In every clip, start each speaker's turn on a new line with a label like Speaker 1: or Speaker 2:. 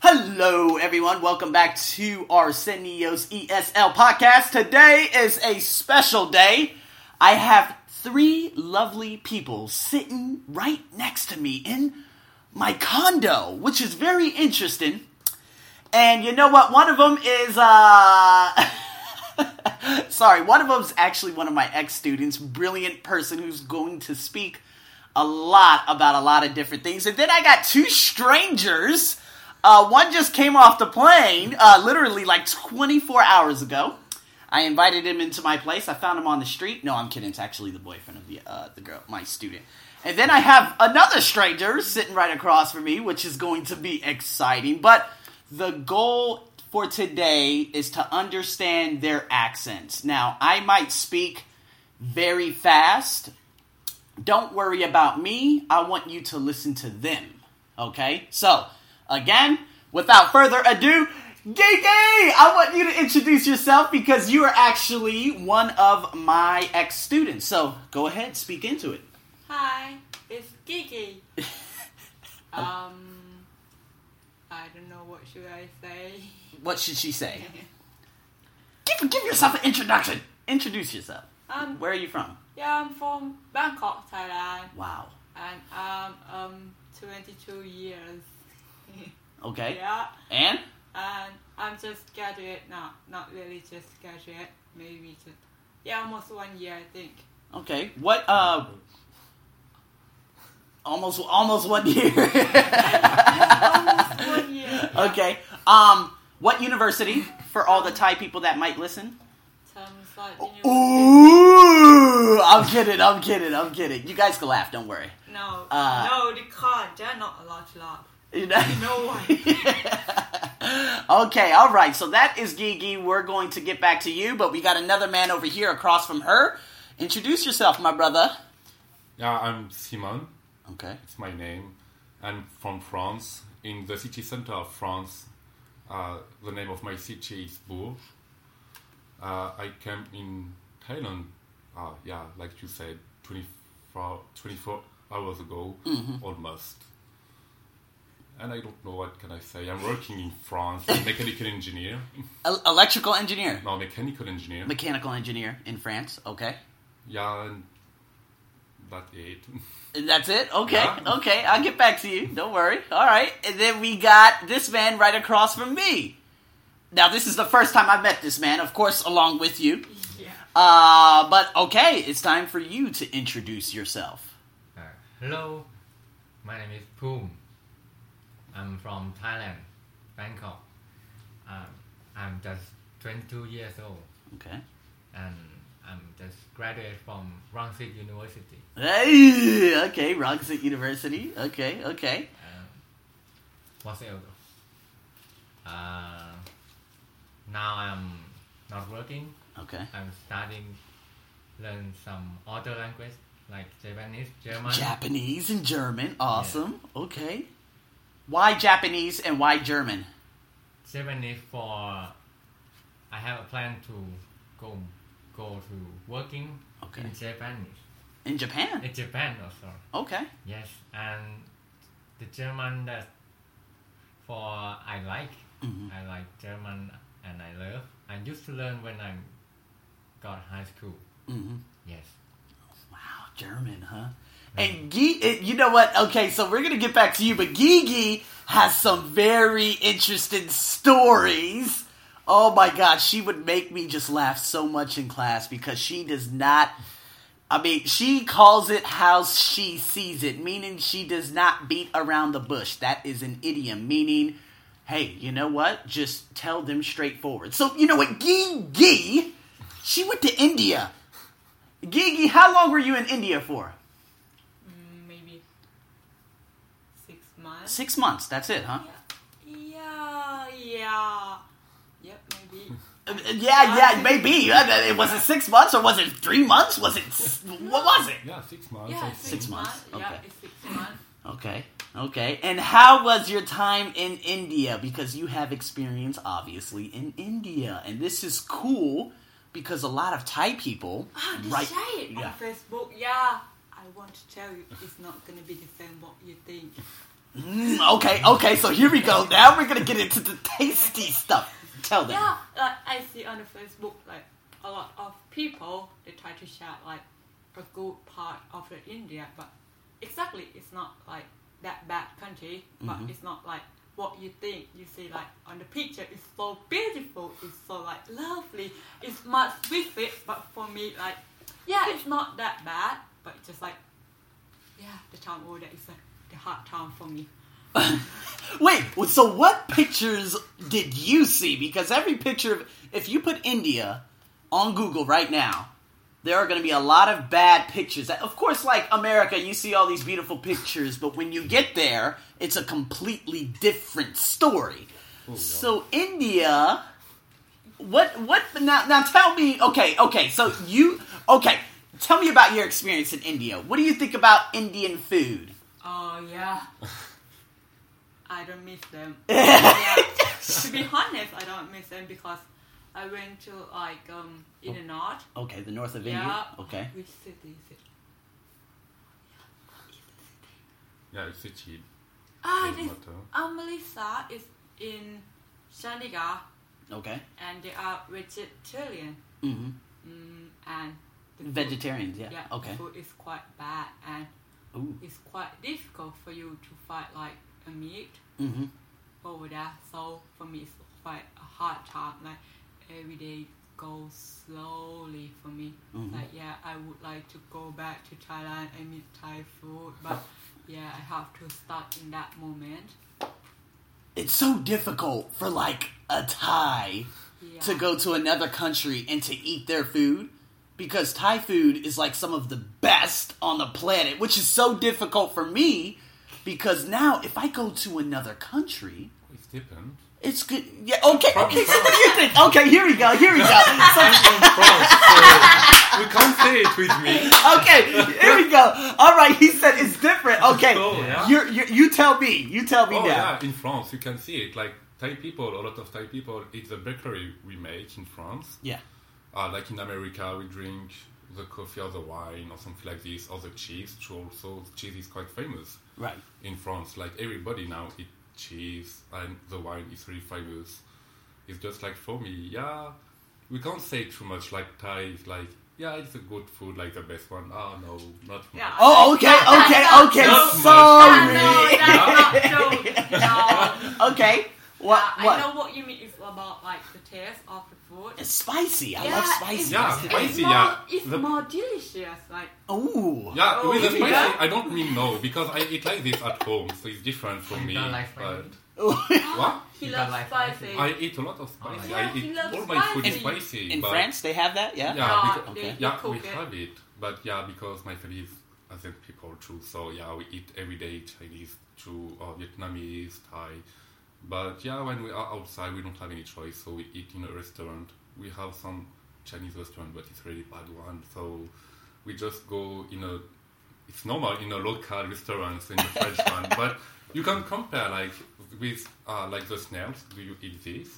Speaker 1: Hello, everyone. Welcome back to Arsenio's ESL podcast. Today is a special day. I have three lovely people sitting right next to me in my condo, which is very interesting. And you know what? One of them is, uh. Sorry, one of them's actually one of my ex students, brilliant person who's going to speak a lot about a lot of different things. And then I got two strangers. Uh, one just came off the plane, uh, literally like 24 hours ago. I invited him into my place. I found him on the street. No, I'm kidding. It's actually the boyfriend of the uh, the girl, my student. And then I have another stranger sitting right across from me, which is going to be exciting. But the goal for today is to understand their accents. Now, I might speak very fast. Don't worry about me. I want you to listen to them. Okay? So, again, without further ado, Gigi, I want you to introduce yourself because you are actually one of my ex students. So, go ahead, speak into it.
Speaker 2: Hi, it's Gigi. um, I don't know what should I say.
Speaker 1: What should she say? Give, give yourself an introduction. Introduce yourself.
Speaker 2: Um,
Speaker 1: Where are you from?
Speaker 2: yeah, I'm from Bangkok, Thailand,
Speaker 1: Wow.
Speaker 2: and I'm um 22 years.
Speaker 1: Okay.
Speaker 2: yeah,
Speaker 1: And?
Speaker 2: and I'm just graduate now. Not really just graduate, maybe just yeah, almost one year I think.
Speaker 1: Okay. What uh almost almost one year. almost
Speaker 2: one year.
Speaker 1: Okay. Um what university for all the Thai people that might listen?
Speaker 2: Some slight
Speaker 1: Ooh, I'm kidding. I'm kidding. I'm kidding. You guys can laugh, don't worry.
Speaker 2: No,
Speaker 1: Uh,
Speaker 2: no, they can't. They're not allowed to laugh.
Speaker 1: You know?
Speaker 2: No one.
Speaker 1: okay, all right. So that is Gigi. We're going to get back to you, but we got another man over here across from her. Introduce yourself, my brother.
Speaker 3: Yeah, I'm Simon.
Speaker 1: Okay.
Speaker 3: It's my name. I'm from France, in the city center of France. Uh, the name of my city is Bourg. Uh, I came in Thailand, uh, yeah, like you said, 24, 24 hours ago,
Speaker 2: Mm-hmm.
Speaker 3: almost. And I don't know what can I say. I'm working in France, I'm a mechanical engineer.
Speaker 1: E- electrical engineer.
Speaker 3: No, mechanical engineer.
Speaker 1: mechanical engineer in France. Okay.
Speaker 3: yeah, and that's it.
Speaker 1: And That's it? Okay.
Speaker 3: Yeah.
Speaker 1: Okay. I'll get back to you. Don't worry. All right. And then we got this man right across from me. Now, this is the first time I've met this man, of course, along with you.
Speaker 2: Yeah.
Speaker 1: Uh, but okay, it's time for you to introduce yourself.
Speaker 4: Uh, hello, my name is Poom. I'm from Thailand, Bangkok. Um, I'm just 22 years old
Speaker 1: Okay.
Speaker 4: and I'm just graduated from Rangsit University.
Speaker 1: Hey, okay, Roxette University. Okay, okay.
Speaker 4: Um, what else? Uh, now I'm not working.
Speaker 1: Okay.
Speaker 4: I'm studying, learn some other language like Japanese, German.
Speaker 1: Japanese and German. Awesome. Okay. Why Japanese and why German?
Speaker 4: Japanese for I have a plan to go go to working
Speaker 1: Okay.
Speaker 4: in Japanese.
Speaker 1: In Japan.
Speaker 4: In Japan also.
Speaker 1: Okay.
Speaker 4: Yes. And the German that for I like.
Speaker 1: Mhm.
Speaker 4: I like German and I love. I used to learn when I got high school.
Speaker 1: hmm
Speaker 4: Yes.
Speaker 1: Wow, German, huh? And Gee, eh, you know what? Okay, so we're gonna get back to you, but Gigi has some very interesting stories. Oh my gosh, she would make me just laugh so much in class because she does not. I mean, she calls it how she sees it, meaning she does not beat around the bush. That is an idiom, meaning, hey, you know what? Just tell them straightforward. So, you know what? Gigi, she went to India. Gigi, how long were you in India for?
Speaker 2: Mm, Maybe six months.
Speaker 1: Six months. That's it, huh?
Speaker 2: Yeah, yeah. Yep, maybe.
Speaker 1: Uh, Yeah, yeah, maybe. Uh, It was it six months or was it three months? Was it s- what was it?
Speaker 3: Yeah, six months.
Speaker 2: Yeah,
Speaker 3: I
Speaker 2: six,
Speaker 3: think.
Speaker 1: Six months,
Speaker 2: months. Yeah,
Speaker 1: okay.
Speaker 2: it's six months.
Speaker 1: Okay, okay. And how was your time in India? Because you have experience, obviously, in India, and this is cool because a lot of Thai people,
Speaker 2: Ah, the
Speaker 1: right?
Speaker 2: shade
Speaker 1: Yeah.
Speaker 2: on Facebook. Yeah, I want to tell you, it's not gonna be the same what you think.
Speaker 1: Mm, okay, okay, so here we go. Now we're gonna get into the tasty stuff. Tell them.
Speaker 2: Yeah, like I see on the Facebook, like a lot of people they try to share like a good part of the India, but exactly it's not like that bad country, but
Speaker 1: Mhm.
Speaker 2: it's not like what you think you see like on the picture. It's so beautiful, it's so like lovely, it's much vivid, but for me like yeah, it's not that bad, but it's just like yeah, the town order is like the hard town for me.
Speaker 1: Wait, well, so what pictures did you see? Because every picture, of, if you put India on Google right now, there are going to be a lot of bad pictures. Of course, like America, you see all these beautiful pictures, but when you get there, it's a completely different story. So India, what what now? Now tell me. Okay, okay. So you okay? Tell me about your experience in India. What do you think about Indian food?
Speaker 2: Oh yeah. I don't miss them. yeah. To be honest, I don't miss them because I went to like um in the north.
Speaker 1: Okay, the north of India.
Speaker 2: Yeah.
Speaker 1: Oh, Okay.
Speaker 2: Which city is it?
Speaker 3: Yeah, it's a cheap.
Speaker 2: Ah, it
Speaker 3: Doesn't
Speaker 2: is
Speaker 3: matter.
Speaker 2: uh, Melissa is in Chandigarh
Speaker 1: Okay.
Speaker 2: and they are vegetarian.
Speaker 1: Mm-hmm.
Speaker 2: Mm, and the food-
Speaker 1: Vegetarians, yeah.
Speaker 2: Yeah.
Speaker 1: Okay.
Speaker 2: Food is quite bad and
Speaker 1: Ooh.
Speaker 2: it's quite difficult for you to find like a meat.
Speaker 1: Mm-hmm.
Speaker 2: over there. So for me, it's quite a hard time. Like every day goes slowly for me.
Speaker 1: Mhm.
Speaker 2: Like yeah, I would like to go back to Thailand and eat Thai food, but yeah, I have to start in that moment.
Speaker 1: It's so difficult for like a Thai
Speaker 2: Yeah.
Speaker 1: to go to another country and to eat their food because Thai food is like some of the best on the planet, which is so difficult for me because now if I go to another country,
Speaker 3: It's different.
Speaker 1: it's good. Yeah. Okay. Okay. So what do you think? Okay. Here we go. Here we go. So-
Speaker 3: From France, so we can't say it with me.
Speaker 1: okay. Here we go. All right. He said it's different. Okay.
Speaker 3: So, yeah.
Speaker 1: You're, you you tell me. You tell me
Speaker 3: Oh,
Speaker 1: now.
Speaker 3: yeah, in France, you can see it. Like, Thai people, a lot of Thai people eat the bakery we make in France.
Speaker 1: yeah.
Speaker 3: Uh, like in America, we drink the coffee or the wine or something like this, or the cheese, too. Also, cheese is quite famous
Speaker 1: Right.
Speaker 3: in France. Like, everybody now eat cheese, and the wine is really famous. It's just like for me, yeah, we can't say too much. Like, Thai is like, yeah, it's a good food, like the best one. Oh, no, not much.
Speaker 2: Yeah.
Speaker 1: Oh, okay, okay, okay.
Speaker 3: Not much.
Speaker 1: Sorry.
Speaker 2: Ah, no, that's not true. No.
Speaker 1: Okay. What?
Speaker 2: Yeah, I know
Speaker 1: What?
Speaker 2: what you mean. It's about like the taste of the food.
Speaker 1: It's spicy. I
Speaker 2: Yeah,
Speaker 1: love spicy.
Speaker 3: Yeah,
Speaker 2: it's
Speaker 3: spicy,
Speaker 2: more,
Speaker 3: yeah.
Speaker 2: It's
Speaker 3: The-
Speaker 2: more delicious. Like
Speaker 1: Ooh.
Speaker 3: Yeah,
Speaker 2: Oh,
Speaker 3: with the
Speaker 2: yeah.
Speaker 3: spicy, I don't mean no, because I eat like this at home, so it's different for me.
Speaker 4: don't like
Speaker 3: but
Speaker 4: spicy.
Speaker 3: what?
Speaker 2: he
Speaker 4: You
Speaker 2: loves
Speaker 4: don't like
Speaker 2: spicy.
Speaker 3: I eat a lot of spicy.
Speaker 4: Oh,
Speaker 2: Yeah,
Speaker 3: I eat
Speaker 2: you love
Speaker 3: all my food is
Speaker 2: spicy.
Speaker 3: spicy.
Speaker 1: In
Speaker 3: but
Speaker 1: France, they have that. Yeah.
Speaker 3: Yeah,
Speaker 2: Yeah,
Speaker 3: because,
Speaker 2: they- they
Speaker 3: yeah
Speaker 2: cook
Speaker 3: we
Speaker 2: it.
Speaker 3: have it. But yeah, because my family is Asian people too, so yeah, we eat every day Chinese too, or Vietnamese, Thai. But yeah, when we are outside, we don't have any choice, so we eat in a restaurant. We have some Chinese restaurant, but it's really bad one, so we just go in a. It's normal in a local restaurant in the French one, but you can compare like with uh, like the snails. Do you eat this?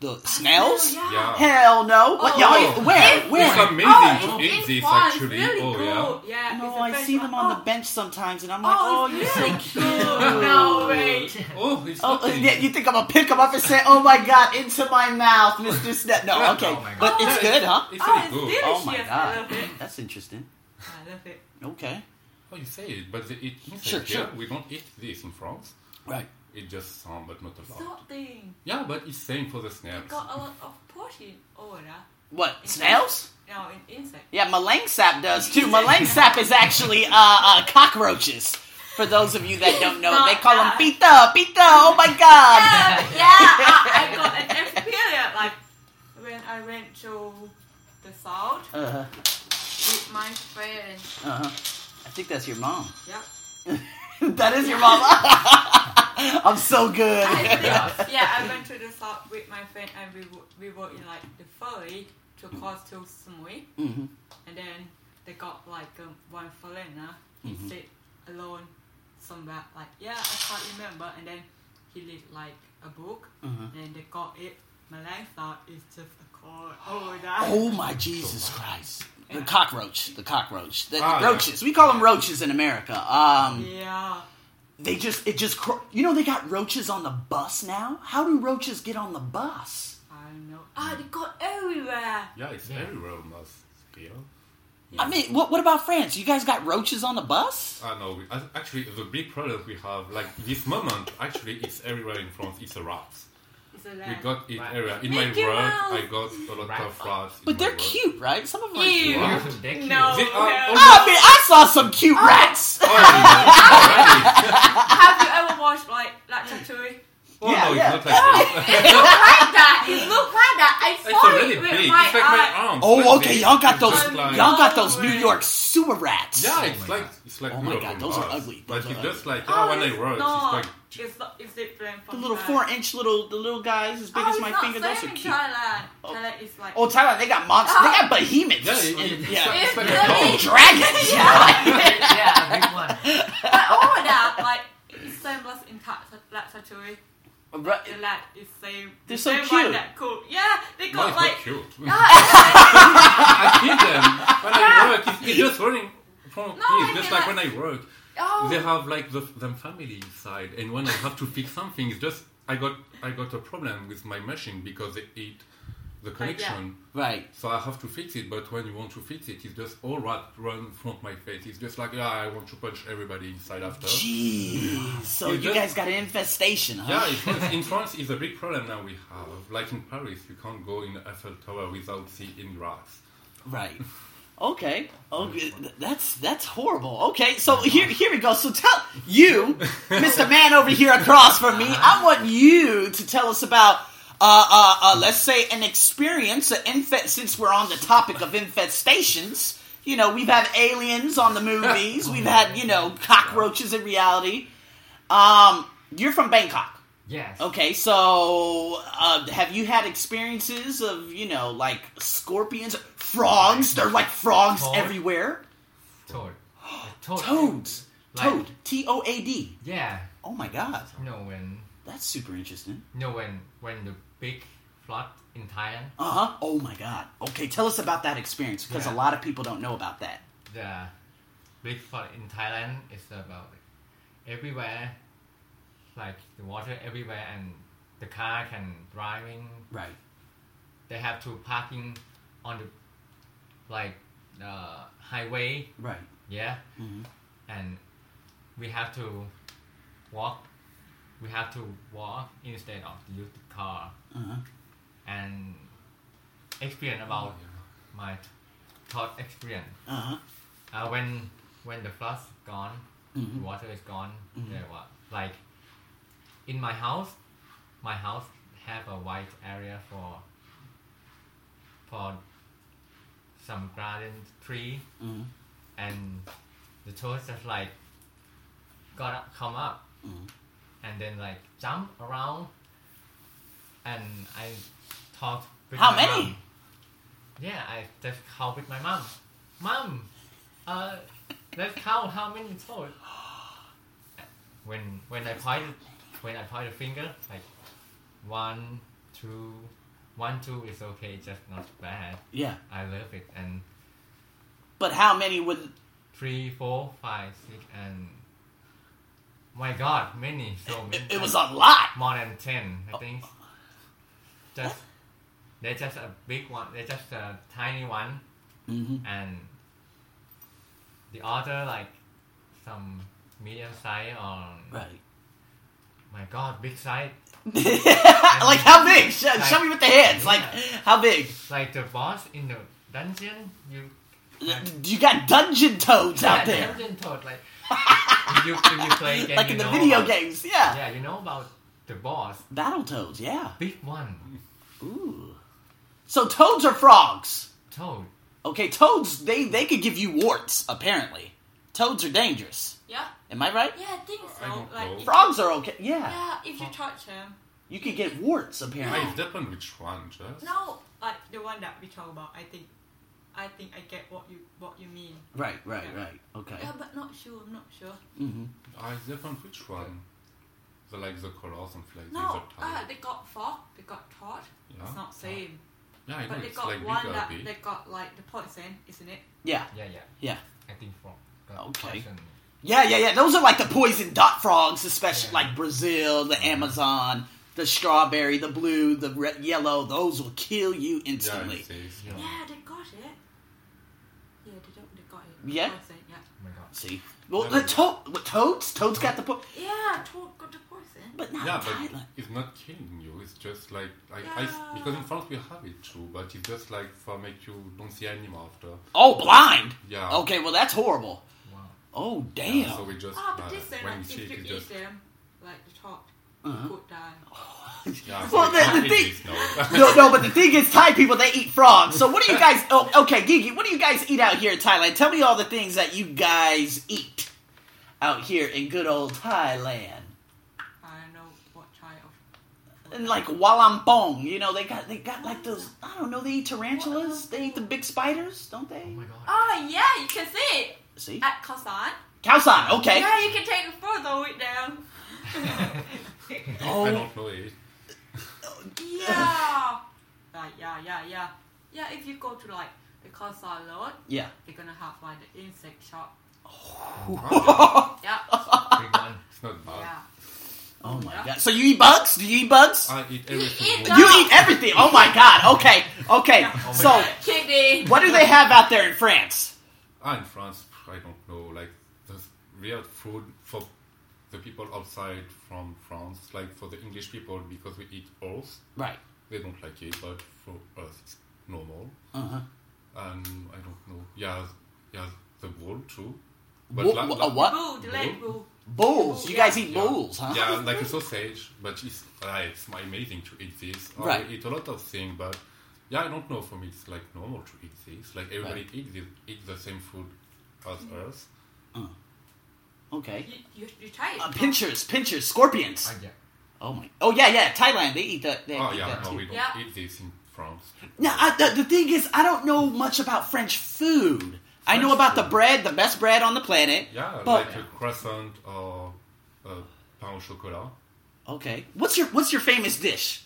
Speaker 1: The snails?
Speaker 2: Yeah.
Speaker 3: Yeah.
Speaker 1: Hell no. What?
Speaker 2: Oh.
Speaker 1: Y'all? eat- Where?
Speaker 2: It's-
Speaker 1: Where?
Speaker 3: It's amazing
Speaker 2: Oh,
Speaker 3: to
Speaker 2: it's-
Speaker 3: eat
Speaker 2: it's
Speaker 3: this
Speaker 2: fun. It's
Speaker 3: actually.
Speaker 2: really
Speaker 3: oh
Speaker 2: cool.
Speaker 3: yeah.
Speaker 2: yeah.
Speaker 1: no,
Speaker 2: it's a
Speaker 1: I
Speaker 2: French
Speaker 1: see them on
Speaker 2: one. Oh,
Speaker 1: the bench sometimes, and I'm like, oh,
Speaker 2: Oh,
Speaker 1: you're
Speaker 2: it's
Speaker 1: so
Speaker 2: really
Speaker 1: cute.
Speaker 2: cool. No way.
Speaker 3: Oh, it's
Speaker 1: Oh,
Speaker 3: nothing.
Speaker 1: yeah, you think I'm gonna pick them up and say, "Oh my god, into my mouth, Mr. Snap"?
Speaker 3: Oh,
Speaker 1: No, okay,
Speaker 4: my God.
Speaker 1: but it's good, huh?
Speaker 3: It's
Speaker 2: Oh,
Speaker 3: really
Speaker 2: it's
Speaker 3: good.
Speaker 2: delicious.
Speaker 1: Oh my
Speaker 2: I
Speaker 1: god,
Speaker 2: love it.
Speaker 1: that's interesting.
Speaker 2: Ah, I love it.
Speaker 1: Okay,
Speaker 3: Oh, you say it, but they eat insects
Speaker 1: Sure,
Speaker 3: here.
Speaker 1: sure.
Speaker 3: We don't eat this in France.
Speaker 1: right.
Speaker 3: It just some, but not a lot.
Speaker 2: Something.
Speaker 3: yeah, but it's same for the
Speaker 2: It
Speaker 3: snails.
Speaker 2: got a lot of Oh, protein over there.
Speaker 1: What snails?
Speaker 2: No, in insect.
Speaker 1: Yeah, Malang sap does too. Malang sap is actually uh, uh, cockroaches. For those of you that don't know, they call them pita, pita. Oh my god!
Speaker 2: Yeah, yeah. I, I got an experience like when I went to the south
Speaker 1: Uh huh.
Speaker 2: with my friend.
Speaker 1: Uh huh. I think that's your mom.
Speaker 2: Yep.
Speaker 1: that is your mom. I'm so good.
Speaker 2: I think, yeah, I went to the south with my friend and we were, we were in like the ferry to cross to Samui.
Speaker 1: hmm
Speaker 2: And then they got like um, one foreigner. He
Speaker 1: Mhm.
Speaker 2: sit alone somewhere. Like yeah, I can't remember. And then he lit like a book.
Speaker 1: Mhm.
Speaker 2: And they got it. Malay thought it's just a call. Oh, that.
Speaker 1: Oh my Jesus Christ! The cockroach, the cockroach, the
Speaker 3: Ah, yeah.
Speaker 1: roaches. We call them roaches in America. Um,
Speaker 2: Yeah.
Speaker 1: They just it just cro- you know they got roaches on the bus now. How do roaches get on the bus?
Speaker 2: I don't know. Ah, they got everywhere.
Speaker 3: Yeah, it's
Speaker 4: Yeah.
Speaker 3: everywhere on us here.
Speaker 1: I mean, what what about France? You guys got roaches on the bus?
Speaker 3: I know. we- ac- Actually, the big problem we have, like this moment, actually, it's everywhere in France. It's a rat.
Speaker 2: It's a
Speaker 3: We
Speaker 2: land.
Speaker 3: got it
Speaker 4: Right.
Speaker 3: everywhere. In my
Speaker 2: Mickey
Speaker 3: work,
Speaker 2: Mouse.
Speaker 3: I got a lot
Speaker 4: Right.
Speaker 3: of rats. in
Speaker 1: But
Speaker 3: my
Speaker 1: they're
Speaker 3: work. Oh,
Speaker 1: cute, right? Some of them are
Speaker 2: Ew.
Speaker 1: cute.
Speaker 4: They're
Speaker 1: I
Speaker 3: What?
Speaker 4: cute.
Speaker 2: No.
Speaker 3: They are
Speaker 2: no.
Speaker 3: all-
Speaker 1: mean, I saw some cute rats.
Speaker 3: Oh, yeah, already.
Speaker 2: Have you ever watched like like Ratatouille?
Speaker 3: Oh,
Speaker 1: Yeah,
Speaker 3: no,
Speaker 1: yeah.
Speaker 3: it's not like
Speaker 2: It
Speaker 3: this.
Speaker 2: looked like that. It looked like that. I
Speaker 3: It's
Speaker 2: saw
Speaker 3: already
Speaker 2: it with
Speaker 3: big.
Speaker 2: my
Speaker 3: it's like my
Speaker 2: eye.
Speaker 3: arms.
Speaker 1: Oh,
Speaker 3: like
Speaker 1: okay,
Speaker 3: this.
Speaker 1: y'all got
Speaker 3: It's
Speaker 1: those
Speaker 3: just like-
Speaker 1: y'all got those New
Speaker 2: Oh,
Speaker 1: York sewer rats.
Speaker 3: Yeah,
Speaker 4: Oh
Speaker 3: it's
Speaker 4: my
Speaker 3: like
Speaker 4: God.
Speaker 3: it's like
Speaker 1: Oh my
Speaker 3: Europe
Speaker 1: God,
Speaker 3: on
Speaker 1: those are
Speaker 3: Mars.
Speaker 1: ugly. Those
Speaker 3: But
Speaker 1: are
Speaker 3: it's just
Speaker 1: ugly.
Speaker 3: like oh, when
Speaker 2: it's
Speaker 3: I work,
Speaker 2: not.
Speaker 3: it's like
Speaker 2: It's not. Is it different
Speaker 1: The
Speaker 2: from
Speaker 1: little
Speaker 2: Thailand?
Speaker 1: four inch little the little guys as big
Speaker 2: oh,
Speaker 1: as
Speaker 2: it's
Speaker 1: my
Speaker 2: not
Speaker 1: finger. Those are
Speaker 2: same in
Speaker 1: cute.
Speaker 2: Thailand. Thailand is like.
Speaker 1: Oh, Thailand, they got monsters. They
Speaker 2: Uh-huh.
Speaker 1: got behemoths.
Speaker 3: Yeah, it-
Speaker 1: and-
Speaker 3: it's
Speaker 1: yeah. Oh,
Speaker 3: like-
Speaker 2: It's
Speaker 3: it's like
Speaker 2: the
Speaker 3: a dog.
Speaker 2: big-
Speaker 1: dragons.
Speaker 2: Yeah.
Speaker 4: yeah, a big one.
Speaker 2: but all oh, that like it's same as in Ta- Ta- like Ratatouille.
Speaker 1: Right.
Speaker 2: The lad is same.
Speaker 1: They're so
Speaker 2: the same
Speaker 1: cute.
Speaker 2: One that cool. Yeah, they
Speaker 3: no,
Speaker 2: got
Speaker 3: it's
Speaker 2: like.
Speaker 3: not cute.
Speaker 2: Ah,
Speaker 3: I see them when I work. It's, it's just running from
Speaker 2: No, I
Speaker 3: it's just
Speaker 2: can,
Speaker 3: like when
Speaker 2: like-
Speaker 3: I work.
Speaker 2: oh,
Speaker 3: They have like the them family side, and when I have to fix something, it's just I got I got a problem with my machine because they eat
Speaker 2: Oh,
Speaker 3: the connection.
Speaker 1: Right.
Speaker 3: So I have to fix it, but when you want to fix it, it's just all rat run in front of my face. It's just like, yeah, I want to punch everybody inside after.
Speaker 1: Jeez. So
Speaker 3: You
Speaker 1: you
Speaker 3: just-
Speaker 1: guys got an infestation, huh?
Speaker 3: Yeah, it's, it's, in France, it's a big problem now we have. Like in Paris, you can't go in the Eiffel Tower without seeing rats.
Speaker 1: Right. Okay. Okay. th- That's that's horrible. Okay. So here here we go. So tell you, Mr. Man over here across from me, I want you to tell us about uh, uh, uh, let's say an experience, an infest. Since we're on the topic of infestations, you know we've had aliens on the movies. We've had you know cockroaches in reality. Um, you're from Bangkok.
Speaker 4: Yes.
Speaker 1: Okay, so uh, have you had experiences of you know like scorpions, frogs? They're like frogs
Speaker 4: Toad.
Speaker 1: everywhere.
Speaker 4: Toad. A toad.
Speaker 1: Toads,
Speaker 4: oh, Like-
Speaker 1: toad, T O A D.
Speaker 4: Yeah.
Speaker 1: Oh my god,
Speaker 4: You know when
Speaker 1: that's super interesting.
Speaker 4: you know when when the big flood in Thailand,
Speaker 1: Uh huh. Oh my god. Okay, tell us about that experience because
Speaker 4: Yeah.
Speaker 1: a lot of people don't know about that.
Speaker 4: the big flood in Thailand is about everywhere, like the water everywhere, and the car can driving.
Speaker 1: Right.
Speaker 4: They have to parking on the like uh, highway.
Speaker 1: Right.
Speaker 4: Yeah. And we have to walk. We have to walk instead of use the car.
Speaker 1: Uh-huh.
Speaker 4: And experience
Speaker 1: Oh,
Speaker 4: about my t- thought experience.
Speaker 1: Uh huh.
Speaker 4: Uh, when when the flood gone, the water is gone. There was like in my house, my house have a wide area for for some garden tree,
Speaker 1: Mhm.
Speaker 4: and the toads just like got up, come up,
Speaker 1: Mm-hmm.
Speaker 4: and then like jump around, and I talked. With
Speaker 1: How
Speaker 4: my
Speaker 1: many?
Speaker 4: mom. Yeah, I just called with my mom. Mom, uh, let's count how many toads. When when I pointed when I point a finger like one two one two is okay, just not bad.
Speaker 1: Yeah.
Speaker 4: I love it and
Speaker 1: But how many would?
Speaker 4: three four five six and my God, many so many.
Speaker 1: It, it was a Oh. lot.
Speaker 4: more than ten, I think. Just they're just a big one. They're just a tiny one.
Speaker 1: Mm-hmm.
Speaker 4: and the other like some medium size on
Speaker 1: Right.
Speaker 4: my god big size
Speaker 1: like how big? Show, show me with the hands. Like
Speaker 4: Yeah.
Speaker 1: how big?
Speaker 4: like the boss in the dungeon you
Speaker 1: You got dungeon toads Mm-hmm. out
Speaker 4: Yeah,
Speaker 1: there.
Speaker 4: dungeon toad like if you, if you play game,
Speaker 1: like
Speaker 4: you
Speaker 1: in the
Speaker 4: know
Speaker 1: video
Speaker 4: about-
Speaker 1: games, yeah.
Speaker 4: yeah you know about the boss
Speaker 1: Battle toads, yeah.
Speaker 4: big one
Speaker 1: Ooh. So toads are frogs.
Speaker 4: toad
Speaker 1: Okay, toads they they could give you warts apparently. Toads are dangerous.
Speaker 2: yeah,
Speaker 1: Am I right?
Speaker 2: yeah. I think so.
Speaker 3: I don't
Speaker 2: like
Speaker 3: know.
Speaker 2: if-
Speaker 1: Frogs are okay. Yeah.
Speaker 2: Yeah, if you touch him.
Speaker 1: You could get warts
Speaker 3: Yeah,
Speaker 1: apparently.
Speaker 3: Ah, it depends which one, just.
Speaker 2: No, like the one that we talk about. I think, I think I get what you what you mean.
Speaker 1: Right, right, right. Okay.
Speaker 2: Yeah, but not sure. I'm not sure.
Speaker 1: hmm
Speaker 3: Ah, it depends which one. The like the colors and like
Speaker 2: No,
Speaker 3: the
Speaker 2: uh,
Speaker 3: type.
Speaker 2: they got fog. They got tort.
Speaker 3: Yeah.
Speaker 2: It's not same.
Speaker 3: yeah, I know
Speaker 2: But they
Speaker 3: it's
Speaker 2: got
Speaker 3: like
Speaker 2: one
Speaker 3: bigger
Speaker 2: that
Speaker 3: bit.
Speaker 2: they got like the poison, isn't it?
Speaker 1: Yeah.
Speaker 4: yeah yeah
Speaker 1: Yeah.
Speaker 4: I think from
Speaker 1: Okay.
Speaker 4: poison.
Speaker 1: Yeah, yeah, yeah. Those are like the poison dot frogs, especially like Brazil, the Amazon, the strawberry, the blue, the red, yellow. Those will kill you
Speaker 3: Yeah,
Speaker 1: instantly.
Speaker 3: it is.
Speaker 4: Yeah.
Speaker 2: Yeah, they got it. Yeah, they don't. They got it.
Speaker 1: Yeah.
Speaker 2: Poison, yeah.
Speaker 4: Oh my god.
Speaker 1: See, well,
Speaker 3: No,
Speaker 1: the
Speaker 3: no.
Speaker 1: to- what, toads, toads got the po-
Speaker 2: Yeah, to- got the poison.
Speaker 1: but not
Speaker 3: Yeah,
Speaker 1: Thailand.
Speaker 3: but it's not killing you. It's just like like I,
Speaker 2: Yeah.
Speaker 3: because in France we have it too, but it's just like for make you don't see anymore after.
Speaker 1: oh, blind.
Speaker 3: Yeah.
Speaker 1: Okay, well that's horrible.
Speaker 4: Wow.
Speaker 1: Oh damn.
Speaker 3: Yeah, so we just
Speaker 2: Ah,
Speaker 3: uh,
Speaker 2: but they say
Speaker 3: when
Speaker 2: like
Speaker 3: we
Speaker 2: if
Speaker 3: see
Speaker 2: you
Speaker 3: it, it's
Speaker 2: eat
Speaker 3: just
Speaker 2: them, like the top,
Speaker 1: Uh-huh.
Speaker 2: you could die.
Speaker 3: yeah. so
Speaker 1: Well,
Speaker 3: it's
Speaker 1: the- the
Speaker 3: not
Speaker 1: thing-
Speaker 3: easy, no.
Speaker 1: no, no, but the thing is, Thai people they eat frogs. So what do you guys? Oh, okay, Gigi, what do you guys eat out here in Thailand? Tell me all the things that you guys eat out here in good old Thailand.
Speaker 2: I don't know what type of.
Speaker 1: And like Walampong, you know, they got they got like those. I don't know. They eat tarantulas. They eat the big spiders, don't
Speaker 4: Oh
Speaker 1: they?
Speaker 4: my god.
Speaker 2: Oh yeah, you can see it
Speaker 1: See,
Speaker 2: at Kosan.
Speaker 1: Kaosan. Okay.
Speaker 2: Yeah, you can take a photo with them.
Speaker 3: I
Speaker 1: Oh,
Speaker 3: don't know it.
Speaker 2: Yeah. like yeah, yeah, yeah, yeah. If you go to like the Kosan road,
Speaker 1: yeah.
Speaker 2: they're gonna have like the insect shop.
Speaker 3: Wow,
Speaker 2: Yeah,
Speaker 4: Big one.
Speaker 3: it's not bad.
Speaker 2: yeah.
Speaker 1: Oh my god. So you eat bugs? Do you eat bugs?
Speaker 3: I eat everything.
Speaker 2: eat
Speaker 3: raw.
Speaker 2: that?
Speaker 1: You eat everything. Oh my god. Okay. Okay.
Speaker 3: Oh,
Speaker 4: my
Speaker 1: So
Speaker 2: Kitty.
Speaker 1: what do they have out there in France?
Speaker 3: Ah, in France, I don't know. Like there's real food for the people outside from France, like for the English people, because we eat horse.
Speaker 1: Right.
Speaker 3: They don't like it, but for us, it's normal.
Speaker 1: Uh huh.
Speaker 3: And I don't know. Yeah, yeah, the bull too.
Speaker 1: Wh-
Speaker 3: la-
Speaker 1: wh-
Speaker 3: la-
Speaker 1: a what?
Speaker 2: Boo, the leg boo.
Speaker 1: Bulls. You
Speaker 2: Yeah.
Speaker 1: guys eat
Speaker 3: Yeah.
Speaker 1: bulls, huh?
Speaker 3: Yeah, like a sausage, but it's ah, it's amazing to eat this. Or
Speaker 1: Right.
Speaker 3: I eat a lot of things, but yeah, I don't know. For me, it's like normal to eat this. Like everybody eat this, eat the same food as us.
Speaker 1: Okay.
Speaker 2: You, you, you try it.
Speaker 1: Uh, pinchers, pinchers, scorpions.
Speaker 4: I get.
Speaker 1: Oh my. Oh yeah, yeah. Thailand, they eat that. They
Speaker 3: Oh
Speaker 1: eat
Speaker 3: yeah,
Speaker 1: that
Speaker 3: no,
Speaker 1: too.
Speaker 3: we don't
Speaker 2: Yeah.
Speaker 3: eat this in France.
Speaker 1: Now, I, the, the thing is, I don't know much about French food. I know
Speaker 3: French
Speaker 1: about the
Speaker 3: food.
Speaker 1: bread, the best bread on the planet.
Speaker 3: Yeah,
Speaker 1: But-
Speaker 3: like a croissant or a pain au chocolat.
Speaker 1: Okay. What's your What's your famous dish?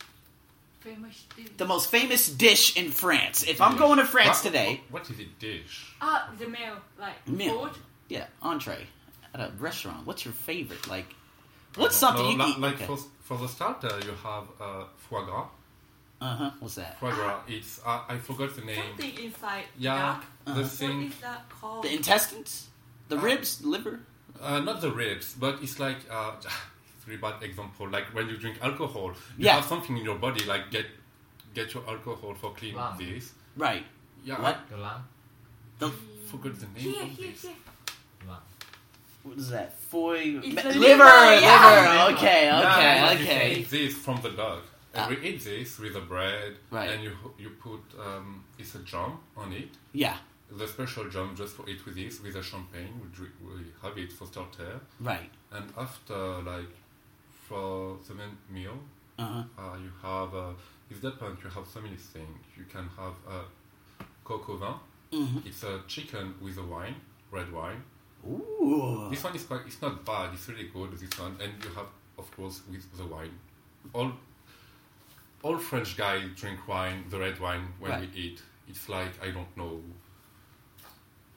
Speaker 2: Famous dish.
Speaker 1: The most famous dish in France. If I'm
Speaker 3: Dish.
Speaker 1: going to France
Speaker 3: What-
Speaker 1: today,
Speaker 3: What, what is it dish?
Speaker 2: Ah, the meal, like
Speaker 1: meal.
Speaker 2: food.
Speaker 1: Yeah, entree at a restaurant. What's your favorite? Like,
Speaker 3: I
Speaker 1: what's
Speaker 3: don't
Speaker 1: something
Speaker 3: know.
Speaker 1: you
Speaker 3: Like-
Speaker 1: eat?
Speaker 3: Like
Speaker 1: okay.
Speaker 3: for, for the starter, you have uh, foie gras.
Speaker 1: Uh huh. What's that?
Speaker 3: Foie gras. It's uh, I forgot the name.
Speaker 2: Something inside.
Speaker 3: Yeah,
Speaker 1: Uh-huh.
Speaker 3: the
Speaker 2: What
Speaker 3: thing.
Speaker 2: is that called?
Speaker 1: The intestines, the
Speaker 3: Uh,
Speaker 1: ribs, liver.
Speaker 3: Uh, not the ribs, but it's like uh, it's a really bad example. Like when you drink alcohol, you
Speaker 1: Yeah.
Speaker 3: have something in your body. Like get get your alcohol for clean
Speaker 4: Lung.
Speaker 3: this.
Speaker 1: Right.
Speaker 3: Yeah,
Speaker 1: What?
Speaker 4: The lamb.
Speaker 1: The
Speaker 3: I forgot the name.
Speaker 2: here,
Speaker 3: of
Speaker 2: here,
Speaker 3: this.
Speaker 2: here.
Speaker 4: Lamb.
Speaker 1: what is that? Foie
Speaker 2: It's
Speaker 1: Ma-
Speaker 2: the
Speaker 1: liver,
Speaker 2: liver,
Speaker 1: liver.
Speaker 2: yeah.
Speaker 1: Okay,
Speaker 3: Yeah,
Speaker 1: okay,
Speaker 3: like You
Speaker 1: okay.
Speaker 3: eat this from the dog. And
Speaker 1: Ah.
Speaker 3: we eat this with the bread,
Speaker 1: Right.
Speaker 3: and you you put um, it's a jam on it.
Speaker 1: Yeah,
Speaker 3: The special jam just for eat with this with a champagne. We drink, we have it for starter,
Speaker 1: right.
Speaker 3: and after like for the main meal,
Speaker 1: Uh huh.
Speaker 3: Uh, you have, uh, it depends, you have so many things. You can have a coq au vin.
Speaker 1: hmm
Speaker 3: It's a chicken with a wine, red wine.
Speaker 1: Ooh.
Speaker 3: This one is quite, it's not bad, it's really good, this one. And you have, of course, with the wine. All, all French guys drink wine, the red wine, when
Speaker 1: Right.
Speaker 3: we eat. It's like, I don't know,